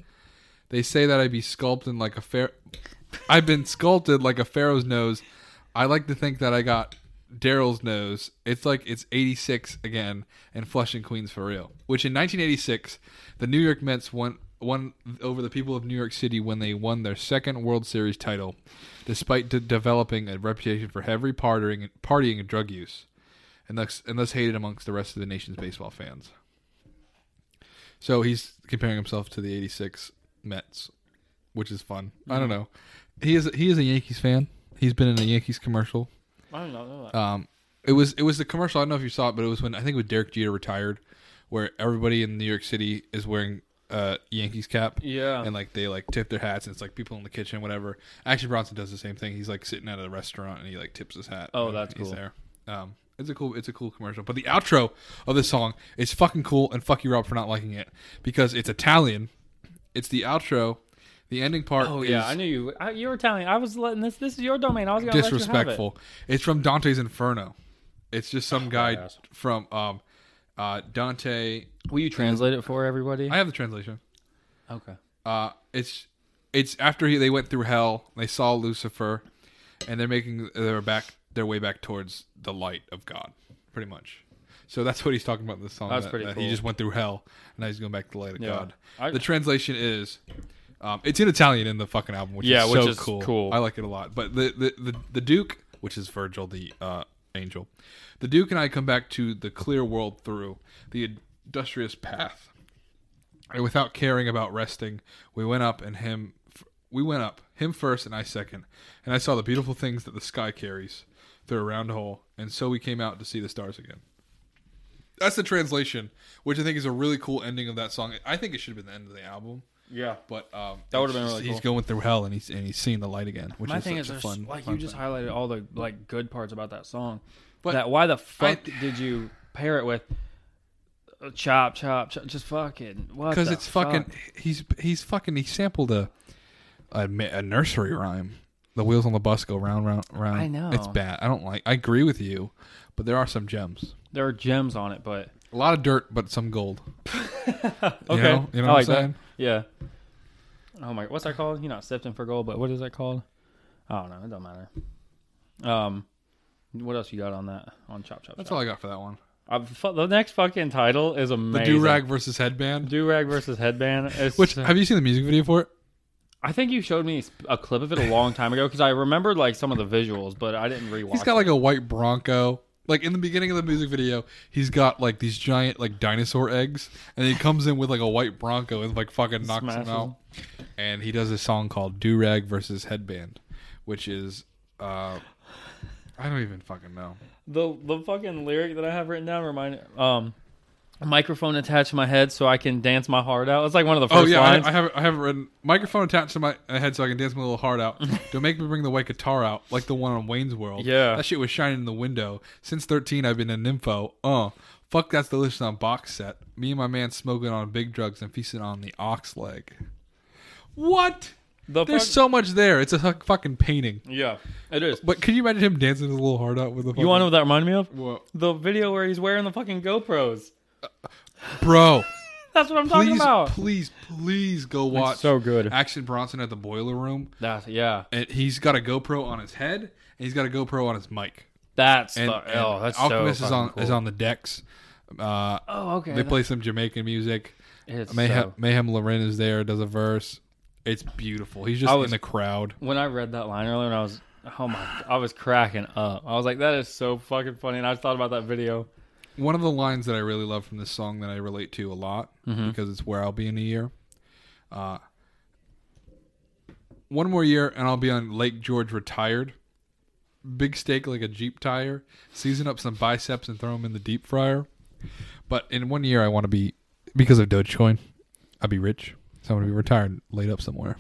Speaker 2: They say that I be sculpted like a fair, I've been sculpted like a pharaoh's nose. I like to think that I got Daryl's nose. It's like it's 86 again and Flushing Queens for real. Which in 1986, the New York Mets won won over the people of New York City when they won their second World Series title, despite de- developing a reputation for heavy partying, partying and drug use, and thus and thus hated amongst the rest of the nation's baseball fans. So he's comparing himself to the '86 Mets, which is fun. I don't know. He is he is a Yankees fan. He's been in a Yankees commercial.
Speaker 3: I don't know that.
Speaker 2: Um, it was it was the commercial. I don't know if you saw it, but it was when I think it was Derek Jeter retired, where everybody in New York City is wearing uh Yankees cap.
Speaker 3: Yeah.
Speaker 2: and like they like tip their hats, and it's like people in the kitchen, whatever. Action Bronson does the same thing. He's like sitting at a restaurant and he like tips his hat.
Speaker 3: Oh,
Speaker 2: when
Speaker 3: that's
Speaker 2: he's
Speaker 3: cool.
Speaker 2: There. Um, it's a cool it's a cool commercial. But the outro of this song is fucking cool, and fuck you Rob for not liking it because it's Italian. It's the outro. The ending part.
Speaker 3: Oh
Speaker 2: is,
Speaker 3: yeah, I knew you. I, you were Italian. I was letting this. This is your domain. I was gonna
Speaker 2: disrespectful. It's from Dante's Inferno. It's just some guy
Speaker 3: ass.
Speaker 2: from um, uh, Dante.
Speaker 3: Let you have it. Will you translate it for everybody?
Speaker 2: I have the translation.
Speaker 3: okay.
Speaker 2: Uh, it's it's after he, they went through hell. They saw Lucifer, and they're making their back their way back towards the light of God, pretty much. So that's what he's talking about in this song.
Speaker 3: That's
Speaker 2: that-
Speaker 3: pretty
Speaker 2: that
Speaker 3: cool.
Speaker 2: He just went through hell, and now he's going back to the light of
Speaker 3: Yeah.
Speaker 2: God.
Speaker 3: I-
Speaker 2: the translation is, um, it's in Italian in the fucking album, which
Speaker 3: Yeah,
Speaker 2: is
Speaker 3: which
Speaker 2: so
Speaker 3: is
Speaker 2: cool.
Speaker 3: cool.
Speaker 2: I like it a lot. But the the, the, the Duke, which is Virgil the uh, angel, the Duke and I come back to the clear world through the industrious path and without caring about resting, we went up and him. We went up him first and I second, and I saw the beautiful things that the sky carries through a round hole, and so we came out to see the stars again. That's the translation, which I think is a really cool ending of that song. I think it should have been the end of the album,
Speaker 3: Yeah.
Speaker 2: but um,
Speaker 3: That would've
Speaker 2: it's
Speaker 3: been
Speaker 2: just-
Speaker 3: really
Speaker 2: He's going through hell and he's and he's seeing the light again, which
Speaker 3: My
Speaker 2: is
Speaker 3: thing
Speaker 2: such
Speaker 3: is,
Speaker 2: a
Speaker 3: there's-
Speaker 2: fun.
Speaker 3: like
Speaker 2: fun
Speaker 3: you just
Speaker 2: thing.
Speaker 3: highlighted all the like good parts about that song.
Speaker 2: But
Speaker 3: But that why the fuck
Speaker 2: I-
Speaker 3: did you pair it with uh, chop chop chop? Just fucking what?
Speaker 2: because
Speaker 3: the
Speaker 2: it's fucking
Speaker 3: fuck?
Speaker 2: he's he's fucking he sampled a, a ma- a nursery rhyme. The wheels on the bus go round round round.
Speaker 3: I know.
Speaker 2: it's bad. I don't like. I agree with you, but there are some gems.
Speaker 3: There are gems on it, but
Speaker 2: A lot of dirt, but some gold.
Speaker 3: okay.
Speaker 2: You know, you know
Speaker 3: I
Speaker 2: what
Speaker 3: like
Speaker 2: I'm saying?
Speaker 3: that. Yeah. Oh my, what's that called? You're not sifting for gold, but what is that called? I don't know. It don't matter. Um, what else you got on that? On chop chop.
Speaker 2: That's
Speaker 3: chop?
Speaker 2: all I got for that one.
Speaker 3: Uh, fu- the next fucking title is
Speaker 2: The
Speaker 3: amazing.
Speaker 2: do rag versus headband.
Speaker 3: do rag versus headband. It's-
Speaker 2: Which have you seen the music video for it?
Speaker 3: I think you showed me a clip of it a long time ago because I remembered like some of the visuals, but I didn't rewatch.
Speaker 2: He's got like a white Bronco. Like in the beginning of the music video, he's got like these giant like dinosaur eggs, and he comes in with like a white Bronco and like fucking knocks
Speaker 3: Smashes
Speaker 2: him out. And he does a song called "Do Rag versus Headband," which is uh, I don't even fucking know.
Speaker 3: the the fucking lyric that I have written down. Remind um, microphone attached to my head so I can dance my heart out. It's like one of the
Speaker 2: Oh
Speaker 3: first
Speaker 2: yeah,
Speaker 3: lines.
Speaker 2: I, I haven't I haven't written microphone attached to my head so I can dance my little heart out. Don't make me bring the white guitar out like the one on Wayne's World.
Speaker 3: Yeah.
Speaker 2: that shit was shining in the window. Since thirteen, I've been a nympho. Uh, fuck that's delicious on box set. Me and my man smoking on big drugs and feasting on the ox leg. What?
Speaker 3: The
Speaker 2: There's
Speaker 3: fuck-
Speaker 2: so much there. It's a hu- fucking painting.
Speaker 3: yeah, it is.
Speaker 2: But can you imagine him dancing his little heart out with a fucking,
Speaker 3: You want to know what that reminded me of?
Speaker 2: Whoa.
Speaker 3: The video where he's wearing the fucking GoPros.
Speaker 2: bro?
Speaker 3: That's what I'm talking
Speaker 2: Please,
Speaker 3: about.
Speaker 2: please, please go watch.
Speaker 3: so good.
Speaker 2: Action Bronson at the boiler room.
Speaker 3: That's yeah.
Speaker 2: And he's got a GoPro on his head, and he's got a GoPro on his mic.
Speaker 3: That's
Speaker 2: And,
Speaker 3: the,
Speaker 2: and
Speaker 3: oh, that's
Speaker 2: Alchemist
Speaker 3: so
Speaker 2: is on
Speaker 3: fucking cool.
Speaker 2: is on the decks. Uh,
Speaker 3: Oh, okay.
Speaker 2: they play some Jamaican music.
Speaker 3: It's
Speaker 2: Mayhem,
Speaker 3: so-
Speaker 2: Mayhem Loren is there, does a verse. It's beautiful. He's just
Speaker 3: I was-
Speaker 2: in the crowd.
Speaker 3: when I read that line earlier, and I was oh my, I was cracking up. I was like, that is so fucking funny, and I thought about that video.
Speaker 2: One of the lines that I really love from this song that I relate to a lot because it's where I'll be in a year. Uh, one more year and I'll be on Lake George retired. Big steak like a Jeep tire. Season up some biceps and throw them in the deep fryer. But in one year, I want to be, because of Dogecoin, I'll be rich. So I'm going to be retired, and laid up somewhere,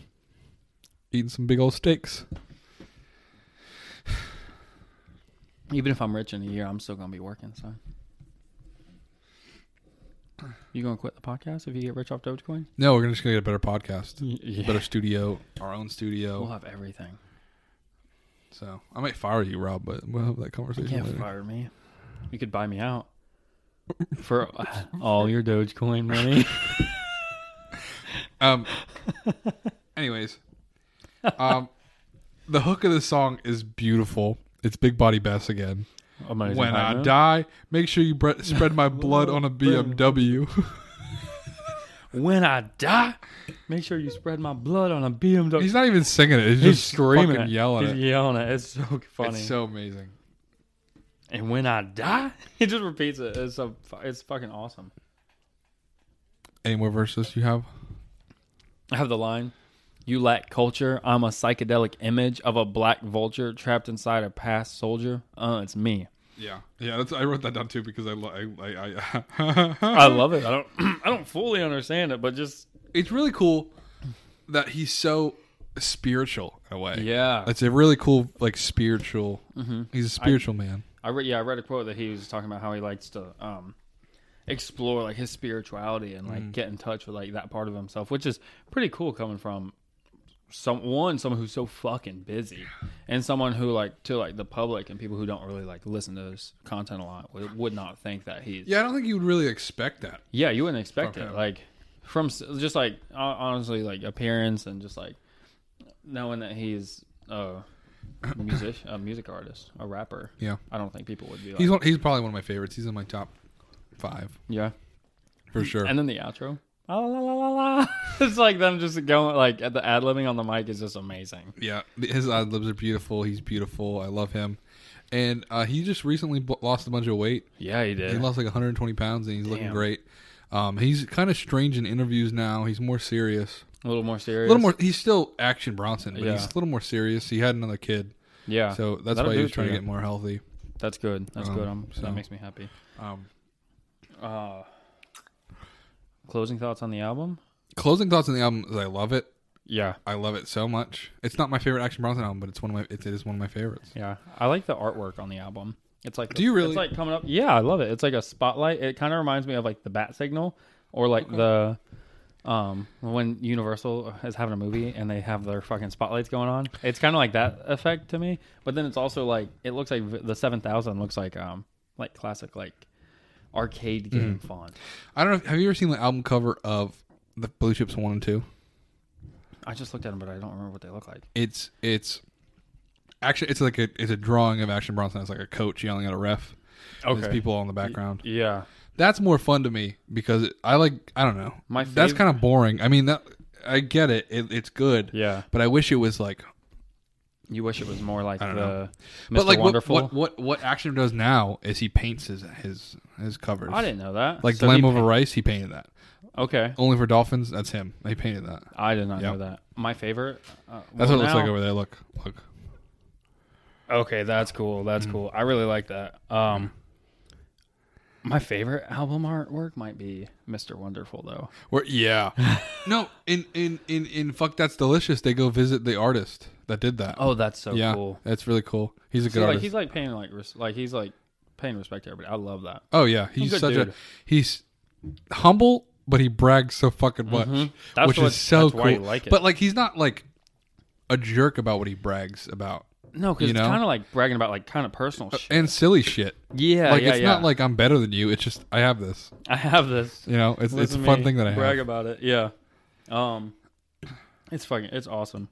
Speaker 2: eating some big old steaks.
Speaker 3: Even if I'm rich in a year, I'm still gonna be working. So, you gonna quit the podcast if you get rich off Dogecoin?
Speaker 2: No, we're just going to get a better podcast,
Speaker 3: Yeah.
Speaker 2: better studio, our own studio.
Speaker 3: We'll have everything.
Speaker 2: So I might fire you, Rob, but we'll have that
Speaker 3: You
Speaker 2: conversation
Speaker 3: can't
Speaker 2: later.
Speaker 3: fire me. You could buy me out for all your Dogecoin money.
Speaker 2: Um. anyways, um, the hook of the song is beautiful. It's Big Body Bass again.
Speaker 3: Amazing
Speaker 2: when
Speaker 3: high
Speaker 2: I
Speaker 3: note.
Speaker 2: die, make sure you bre- spread my blood on a BMW.
Speaker 3: when I die, make sure you spread my blood on a BMW.
Speaker 2: He's not even singing it. He's,
Speaker 3: He's
Speaker 2: just
Speaker 3: screaming,
Speaker 2: fucking
Speaker 3: it.
Speaker 2: yelling
Speaker 3: He's
Speaker 2: it.
Speaker 3: yelling it. It's so funny.
Speaker 2: It's so amazing.
Speaker 3: and when I die, he just repeats it. It's a, it's fucking awesome.
Speaker 2: Any more verses you have?
Speaker 3: I have the line. You lack culture. I'm a psychedelic image of a black vulture trapped inside a past soldier. Uh, it's me.
Speaker 2: Yeah, yeah. That's, I wrote that down too because I, lo- I, I, I
Speaker 3: I love it. I don't. I don't fully understand it, but just
Speaker 2: it's really cool that he's so spiritual in a way.
Speaker 3: Yeah. Mm-hmm.
Speaker 2: it's a really cool like spiritual. He's a spiritual man.
Speaker 3: I read. Yeah, I read a quote that he was talking about how he likes to um, explore like his spirituality and
Speaker 2: Mm-hmm.
Speaker 3: like get in touch with like that part of himself, which is pretty cool coming from some one someone who's so fucking busy and someone who like to like the public and people who don't really like listen to this content a lot would, would not think that he's
Speaker 2: Yeah, I don't think you would really expect that.
Speaker 3: yeah, you wouldn't expect
Speaker 2: From
Speaker 3: it.
Speaker 2: him.
Speaker 3: Like from s- just like hon- honestly, like appearance and just like knowing that he's a music, a music artist, a rapper.
Speaker 2: Yeah,
Speaker 3: I don't think people would be like,
Speaker 2: he's one, he's probably one of my favorites. He's in my top five
Speaker 3: yeah.
Speaker 2: for sure.
Speaker 3: And then the outro, Ah, la, la, la, la. it's like them just going like at the ad libbing on the mic is just amazing.
Speaker 2: yeah, his ad libs are beautiful. He's beautiful. I love him. And uh, he just recently b- lost a bunch of weight.
Speaker 3: Yeah, he did.
Speaker 2: He lost like 120 pounds, and he's looking
Speaker 3: Damn.
Speaker 2: great. Um, he's kind of strange in interviews now. He's more serious.
Speaker 3: a little more serious.
Speaker 2: A little more. He's still action Bronson, but he's
Speaker 3: Yeah.
Speaker 2: a little more serious. He had another kid,
Speaker 3: Yeah.
Speaker 2: so that's why
Speaker 3: That'll do
Speaker 2: he was
Speaker 3: it for
Speaker 2: trying to
Speaker 3: you.
Speaker 2: get more healthy.
Speaker 3: That's good. That's
Speaker 2: Um,
Speaker 3: good. I'm,
Speaker 2: so-
Speaker 3: That makes me happy.
Speaker 2: Um,
Speaker 3: Uh, closing thoughts on the album.
Speaker 2: closing thoughts on the album is I love it.
Speaker 3: Yeah.
Speaker 2: I love it so much. It's not my favorite Action Bronson album, but it's one of my. It, it is one of my favorites.
Speaker 3: Yeah, I like the artwork on the album. It's like
Speaker 2: Do you really?
Speaker 3: It's like coming up. Yeah, I love it. It's like a spotlight. It kind of reminds me of like the Bat Signal or like the um when Universal is having a movie and they have their fucking spotlights going on. It's kind of like that effect to me. But then it's also like it looks like v- the Seven Thousand looks like um like classic like arcade
Speaker 2: Mm-hmm.
Speaker 3: game font.
Speaker 2: I don't know. Have you ever seen the album cover of the Blue Chips One and Two?
Speaker 3: I just looked at them, but I don't remember what they look like.
Speaker 2: It's it's actually it's like a it's a drawing of Action Bronson as like a coach yelling at a ref. Okay. There's people all in the background.
Speaker 3: Yeah.
Speaker 2: That's more fun to me because it, I like I don't know.
Speaker 3: My
Speaker 2: that's
Speaker 3: fav-
Speaker 2: kind of boring. I mean that I get it. it it's good.
Speaker 3: Yeah.
Speaker 2: But I wish it was like
Speaker 3: You wish it was more like the
Speaker 2: don't know.
Speaker 3: Mr.
Speaker 2: But like what,
Speaker 3: Wonderful.
Speaker 2: what what what Action does now is he paints his his his covers.
Speaker 3: I didn't know that.
Speaker 2: Like
Speaker 3: So he
Speaker 2: Glam over
Speaker 3: pa-
Speaker 2: Rice, he painted that.
Speaker 3: Okay.
Speaker 2: Only for Dolphins, that's him. He painted that.
Speaker 3: I did not
Speaker 2: Yep.
Speaker 3: know that. My favorite. Uh,
Speaker 2: That's
Speaker 3: well,
Speaker 2: what it looks
Speaker 3: now-
Speaker 2: like over there. Look, look.
Speaker 3: Okay, that's cool.
Speaker 2: Mm.
Speaker 3: That's cool. I really like that. Um, my favorite album artwork might be Mr. Wonderful, though.
Speaker 2: Where, yeah. no, in, in in in fuck that's delicious. They go visit the artist that did that.
Speaker 3: Oh, that's so
Speaker 2: yeah,
Speaker 3: cool.
Speaker 2: that's really cool. He's a good
Speaker 3: So, like
Speaker 2: artist.
Speaker 3: he's like paying like res- like he's like paying respect to everybody. I love that.
Speaker 2: oh yeah, he's
Speaker 3: good
Speaker 2: such a
Speaker 3: dude.
Speaker 2: he's humble, but he brags so fucking much,
Speaker 3: That's
Speaker 2: which
Speaker 3: what-
Speaker 2: is so
Speaker 3: Mm-hmm.
Speaker 2: cool.
Speaker 3: that's why you like it.
Speaker 2: But like he's not like a jerk about what he brags about
Speaker 3: No, because
Speaker 2: You know?
Speaker 3: it's kind of like bragging about like kind of personal shit.
Speaker 2: Uh, and silly shit.
Speaker 3: Yeah,
Speaker 2: like
Speaker 3: yeah,
Speaker 2: it's
Speaker 3: yeah.
Speaker 2: not like I'm better than you. It's just I have this.
Speaker 3: I have this.
Speaker 2: You know, it's it's
Speaker 3: Listen
Speaker 2: a
Speaker 3: to
Speaker 2: fun
Speaker 3: me
Speaker 2: thing that I
Speaker 3: brag
Speaker 2: have.
Speaker 3: about it. Yeah, um, it's fucking it's awesome.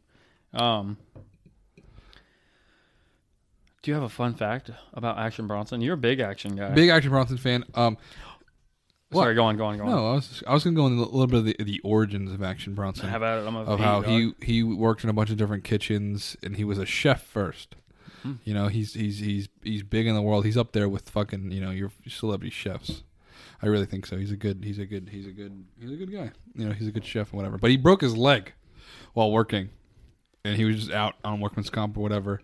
Speaker 3: Um, do you have a fun fact about Action Bronson? You're a big Action guy.
Speaker 2: Big Action Bronson fan. Um,
Speaker 3: Sorry, go on, go on, go on.
Speaker 2: no, I was I was gonna go into a little bit of the, the origins of Action Bronson.
Speaker 3: How about it? I'm a
Speaker 2: of
Speaker 3: big
Speaker 2: how
Speaker 3: dog.
Speaker 2: he he worked in a bunch of different kitchens and he was a chef first. You know, he's he's he's he's big in the world. He's up there with fucking you know your celebrity chefs. I really think so. He's a good he's a good he's a good he's a good guy. You know, he's a good chef and whatever. But he broke his leg while working, and he was just out on workman's comp or whatever.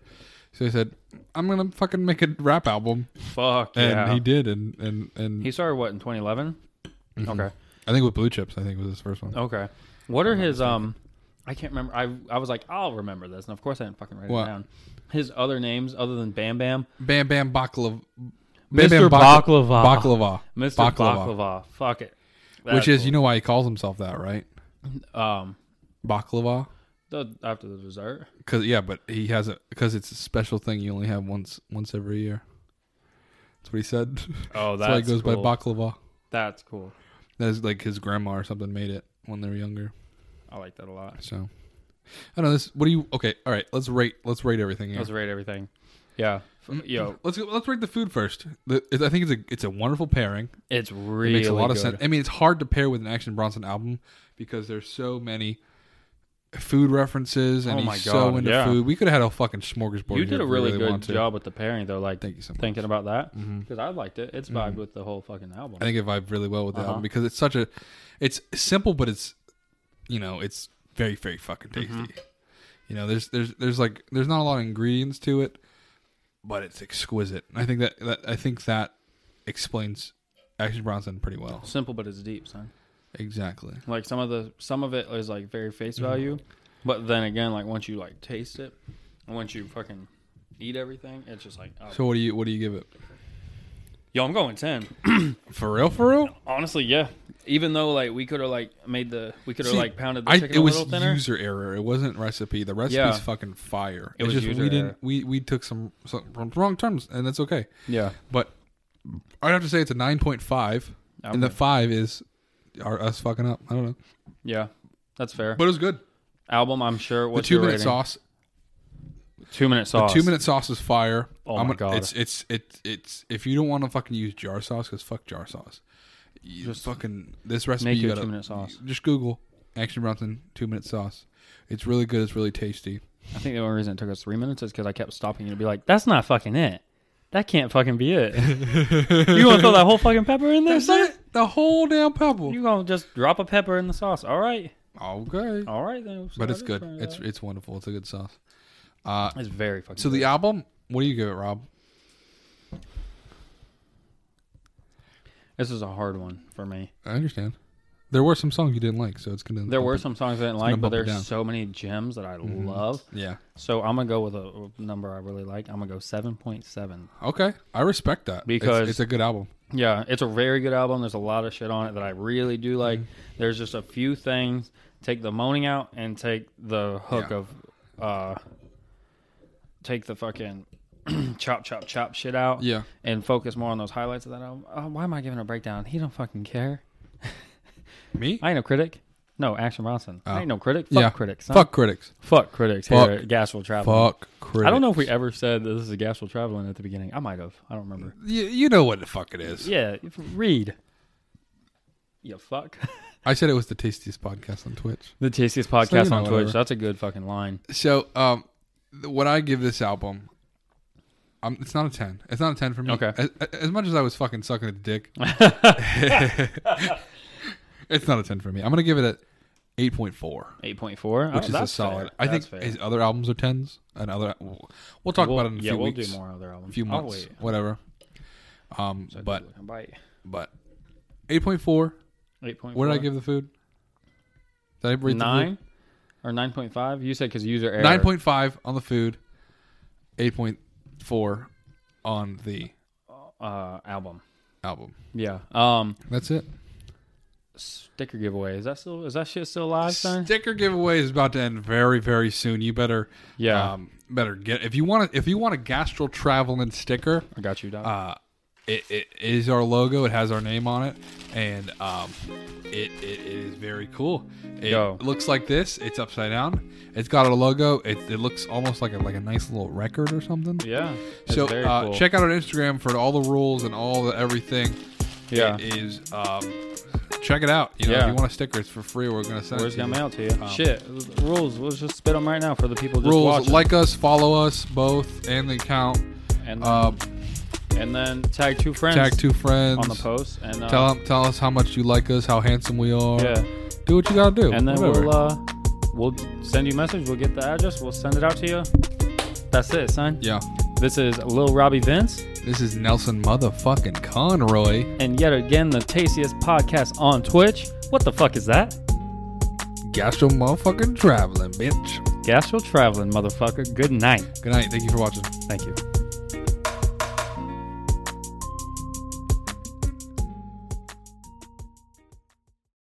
Speaker 2: So he said, "I'm gonna fucking make a rap album,"
Speaker 3: fuck
Speaker 2: and
Speaker 3: yeah.
Speaker 2: he did. And and and
Speaker 3: He started what in 2011.
Speaker 2: Mm-hmm.
Speaker 3: Okay,
Speaker 2: I think with Blue Chips, I think was his first one.
Speaker 3: okay. What are his um? I can't remember. I I was like, I'll remember this, and of course I didn't fucking write
Speaker 2: What?
Speaker 3: it down. His other names other than Bam Bam,
Speaker 2: Bam Bam Baklava.
Speaker 3: Mr.
Speaker 2: Bakla-
Speaker 3: Baklava.
Speaker 2: Baklava.
Speaker 3: Mr.
Speaker 2: Baklava.
Speaker 3: Baklava. Fuck it.
Speaker 2: Which is, you know, why he calls himself that, right?
Speaker 3: know, um,
Speaker 2: Baklava.
Speaker 3: the, after the dessert.
Speaker 2: Cause yeah, but he has a because it's a special thing you only have once once every year. That's what he said.
Speaker 3: Oh,
Speaker 2: That's why he goes by baklava.
Speaker 3: That's cool.
Speaker 2: That's like his grandma or something made it when they were younger.
Speaker 3: I like that a lot.
Speaker 2: So I don't know this. What do you? Okay, all right. Let's rate. Let's rate everything. Here.
Speaker 3: Let's rate everything. Yeah,
Speaker 2: Mm-hmm.
Speaker 3: F- yo,
Speaker 2: Let's go, let's rate the food first. The, I think it's a it's a wonderful pairing.
Speaker 3: it's really
Speaker 2: makes a lot
Speaker 3: good.
Speaker 2: of sense. I mean, it's hard to pair with an Action Bronson album because there's so many food references and
Speaker 3: Oh my
Speaker 2: he's so
Speaker 3: God,
Speaker 2: into
Speaker 3: yeah.
Speaker 2: food. We could have had a fucking smorgasbord.
Speaker 3: You
Speaker 2: here
Speaker 3: did a
Speaker 2: if we
Speaker 3: really, good
Speaker 2: wanted to.
Speaker 3: job with the pairing, though. Like
Speaker 2: Thank you so much.
Speaker 3: thinking about that because I liked it. It's vibed with the whole fucking album.
Speaker 2: I think it vibed really well with the
Speaker 3: Uh-huh.
Speaker 2: album because it's such a, it's simple but it's, you know, it's very very fucking tasty.
Speaker 3: Mm-hmm.
Speaker 2: You know, there's there's there's like there's not a lot of ingredients to it, but it's exquisite. I think that, that I think that explains Action Bronson pretty well.
Speaker 3: Simple, but it's deep, son.
Speaker 2: Exactly.
Speaker 3: Like some of the some of it is like very face
Speaker 2: Mm-hmm.
Speaker 3: value, but then again, like once you like taste it, and once you fucking eat everything, it's just like, oh.
Speaker 2: So what do you what do you give it?
Speaker 3: yo, I'm going ten.
Speaker 2: For real, for real.
Speaker 3: Honestly, yeah. Even though like we could have like made the we could have
Speaker 2: See,
Speaker 3: like pounded the
Speaker 2: I-
Speaker 3: chicken
Speaker 2: it
Speaker 3: a
Speaker 2: was
Speaker 3: little thinner.
Speaker 2: user error. It wasn't recipe. The recipe's
Speaker 3: Yeah.
Speaker 2: fucking fire.
Speaker 3: It
Speaker 2: It's
Speaker 3: was
Speaker 2: just
Speaker 3: user
Speaker 2: we
Speaker 3: error.
Speaker 2: didn't we we took some, some from wrong terms and that's okay.
Speaker 3: yeah.
Speaker 2: But I'd have to say it's a nine point five, and the
Speaker 3: Okay.
Speaker 2: five is are us fucking up. I don't know,
Speaker 3: Yeah. That's fair.
Speaker 2: but it was good.
Speaker 3: Album, I'm sure.
Speaker 2: The
Speaker 3: What's
Speaker 2: two
Speaker 3: your
Speaker 2: minute
Speaker 3: rating?
Speaker 2: sauce.
Speaker 3: Two minute sauce.
Speaker 2: Two minute sauce is fire.
Speaker 3: Oh
Speaker 2: I'm
Speaker 3: my
Speaker 2: gonna-
Speaker 3: God.
Speaker 2: It's it's it's it's if you don't want to fucking use jar sauce, because fuck jar sauce. You
Speaker 3: Just
Speaker 2: just fucking this recipe.
Speaker 3: make
Speaker 2: you
Speaker 3: your
Speaker 2: gotta-
Speaker 3: two-minute sauce.
Speaker 2: Just Google Action Bronson two minute sauce. It's really good. It's really tasty.
Speaker 3: I think the only reason it took us three minutes is because I kept stopping you to be like, "That's not fucking it. That can't fucking be it. you want to throw that whole fucking pepper in there?
Speaker 2: That's
Speaker 3: Son?
Speaker 2: it. The whole damn pebble.
Speaker 3: You gonna just drop a pepper in the sauce? All right,
Speaker 2: Okay.
Speaker 3: all right then. So
Speaker 2: But
Speaker 3: I
Speaker 2: it's
Speaker 3: did
Speaker 2: good.
Speaker 3: try
Speaker 2: It's
Speaker 3: Oh, that.
Speaker 2: it's wonderful. It's a good sauce.
Speaker 3: it's very fucking.
Speaker 2: So the album, what do you give it, Rob?
Speaker 3: this is a hard one for me.
Speaker 2: I understand. There were some songs you didn't like, so it's gonna.
Speaker 3: There were some songs I didn't like,
Speaker 2: gonna
Speaker 3: but
Speaker 2: bump it down. Mm-hmm.
Speaker 3: there's so many gems that I love.
Speaker 2: Yeah.
Speaker 3: So I'm gonna go with a a number I really like. I'm gonna go seven point seven.
Speaker 2: Okay. I respect that It's-
Speaker 3: Because-
Speaker 2: it's, a good album.
Speaker 3: Yeah, it's a very good album. There's a lot of shit on it that I really do like.
Speaker 2: Mm-hmm.
Speaker 3: There's just a few things. Take the moaning out and take the hook
Speaker 2: Yeah.
Speaker 3: of, uh, take the fucking chop chop chop shit out.
Speaker 2: Yeah.
Speaker 3: and focus more on those highlights of that album. Uh, why am I giving a breakdown? He don't fucking care.
Speaker 2: Me?
Speaker 3: I ain't no critic. No, Action Bronson. I ain't no critic. Fuck
Speaker 2: Oh. yeah.
Speaker 3: critics. son.
Speaker 2: Fuck critics.
Speaker 3: fuck critics.
Speaker 2: Fuck.
Speaker 3: Here at Gas will travel.
Speaker 2: Fuck critics.
Speaker 3: I don't know if we ever said that this is a gas will traveling at the beginning. I might have. I don't remember.
Speaker 2: You, you know what the fuck it is.
Speaker 3: Yeah, if- read. You fuck.
Speaker 2: I said it was the tastiest podcast on Twitch.
Speaker 3: The tastiest podcast
Speaker 2: know,
Speaker 3: on Twitch.
Speaker 2: whatever.
Speaker 3: That's a good fucking line.
Speaker 2: So, um, th- what I give this album, um, it's not a ten. It's not a ten for me.
Speaker 3: Okay.
Speaker 2: As, as much as I was fucking sucking a dick, it's not a ten for me. I'm gonna give it a eight point four,
Speaker 3: Eight point four, Oh,
Speaker 2: which is a solid. I think his other albums are tens, and other we'll, we'll talk about it in a
Speaker 3: yeah,
Speaker 2: few
Speaker 3: we'll
Speaker 2: weeks,
Speaker 3: do more other albums.
Speaker 2: a few months,
Speaker 3: I'll wait.
Speaker 2: whatever. Um, but
Speaker 3: bite.
Speaker 2: but eight point four.
Speaker 3: Eight point
Speaker 2: What did I give the food? Did I rate
Speaker 3: Nine or nine point five? You said because user error.
Speaker 2: Nine point five on the food, eight point four on the
Speaker 3: uh, album.
Speaker 2: album.
Speaker 3: Yeah. Um.
Speaker 2: That's it.
Speaker 3: sticker giveaway. Is that still is that shit still live, son?
Speaker 2: Sticker giveaway is about to end very, very soon. You better,
Speaker 3: Yeah.
Speaker 2: um, better get if you want to. If you want a Gastrel Traveling sticker,
Speaker 3: I got you, dog.
Speaker 2: uh, it, it is our logo. It has our name on it, and um, it, it is very cool. It
Speaker 3: Yo.
Speaker 2: looks like this. It's upside down. It's got a logo. It, it looks almost like a like a nice little record or something.
Speaker 3: yeah. It's
Speaker 2: So
Speaker 3: very
Speaker 2: uh,
Speaker 3: cool.
Speaker 2: check out our Instagram for all the rules and all the everything.
Speaker 3: Yeah.
Speaker 2: it is um, check it out. You know,
Speaker 3: Yeah.
Speaker 2: if you want a sticker, it's for free. We're gonna send
Speaker 3: We're
Speaker 2: it to
Speaker 3: just gonna
Speaker 2: you. Um,
Speaker 3: mail it to you. Shit, rules. Let's just spit them right now for the people just
Speaker 2: rules.
Speaker 3: watching.
Speaker 2: Like us, follow us both, and the account.
Speaker 3: and
Speaker 2: Uh,
Speaker 3: and then tag two friends.
Speaker 2: tag two friends
Speaker 3: on the post and uh,
Speaker 2: Tell 'em- tell us how much you like us, how handsome we are.
Speaker 3: Yeah,
Speaker 2: Do what you gotta do.
Speaker 3: and then
Speaker 2: whatever.
Speaker 3: we'll uh, we'll send you a message. We'll get the address. We'll send it out to you. That's it, son.
Speaker 2: yeah.
Speaker 3: This is Lil Robbie Vince,
Speaker 2: This is Nelson motherfucking Conroy.
Speaker 3: and yet again the tastiest podcast on Twitch. What the fuck is that?
Speaker 2: Gastro motherfucking traveling, bitch.
Speaker 3: Gastro traveling, motherfucker. Good night.
Speaker 2: Good night. Thank you for watching.
Speaker 3: Thank you.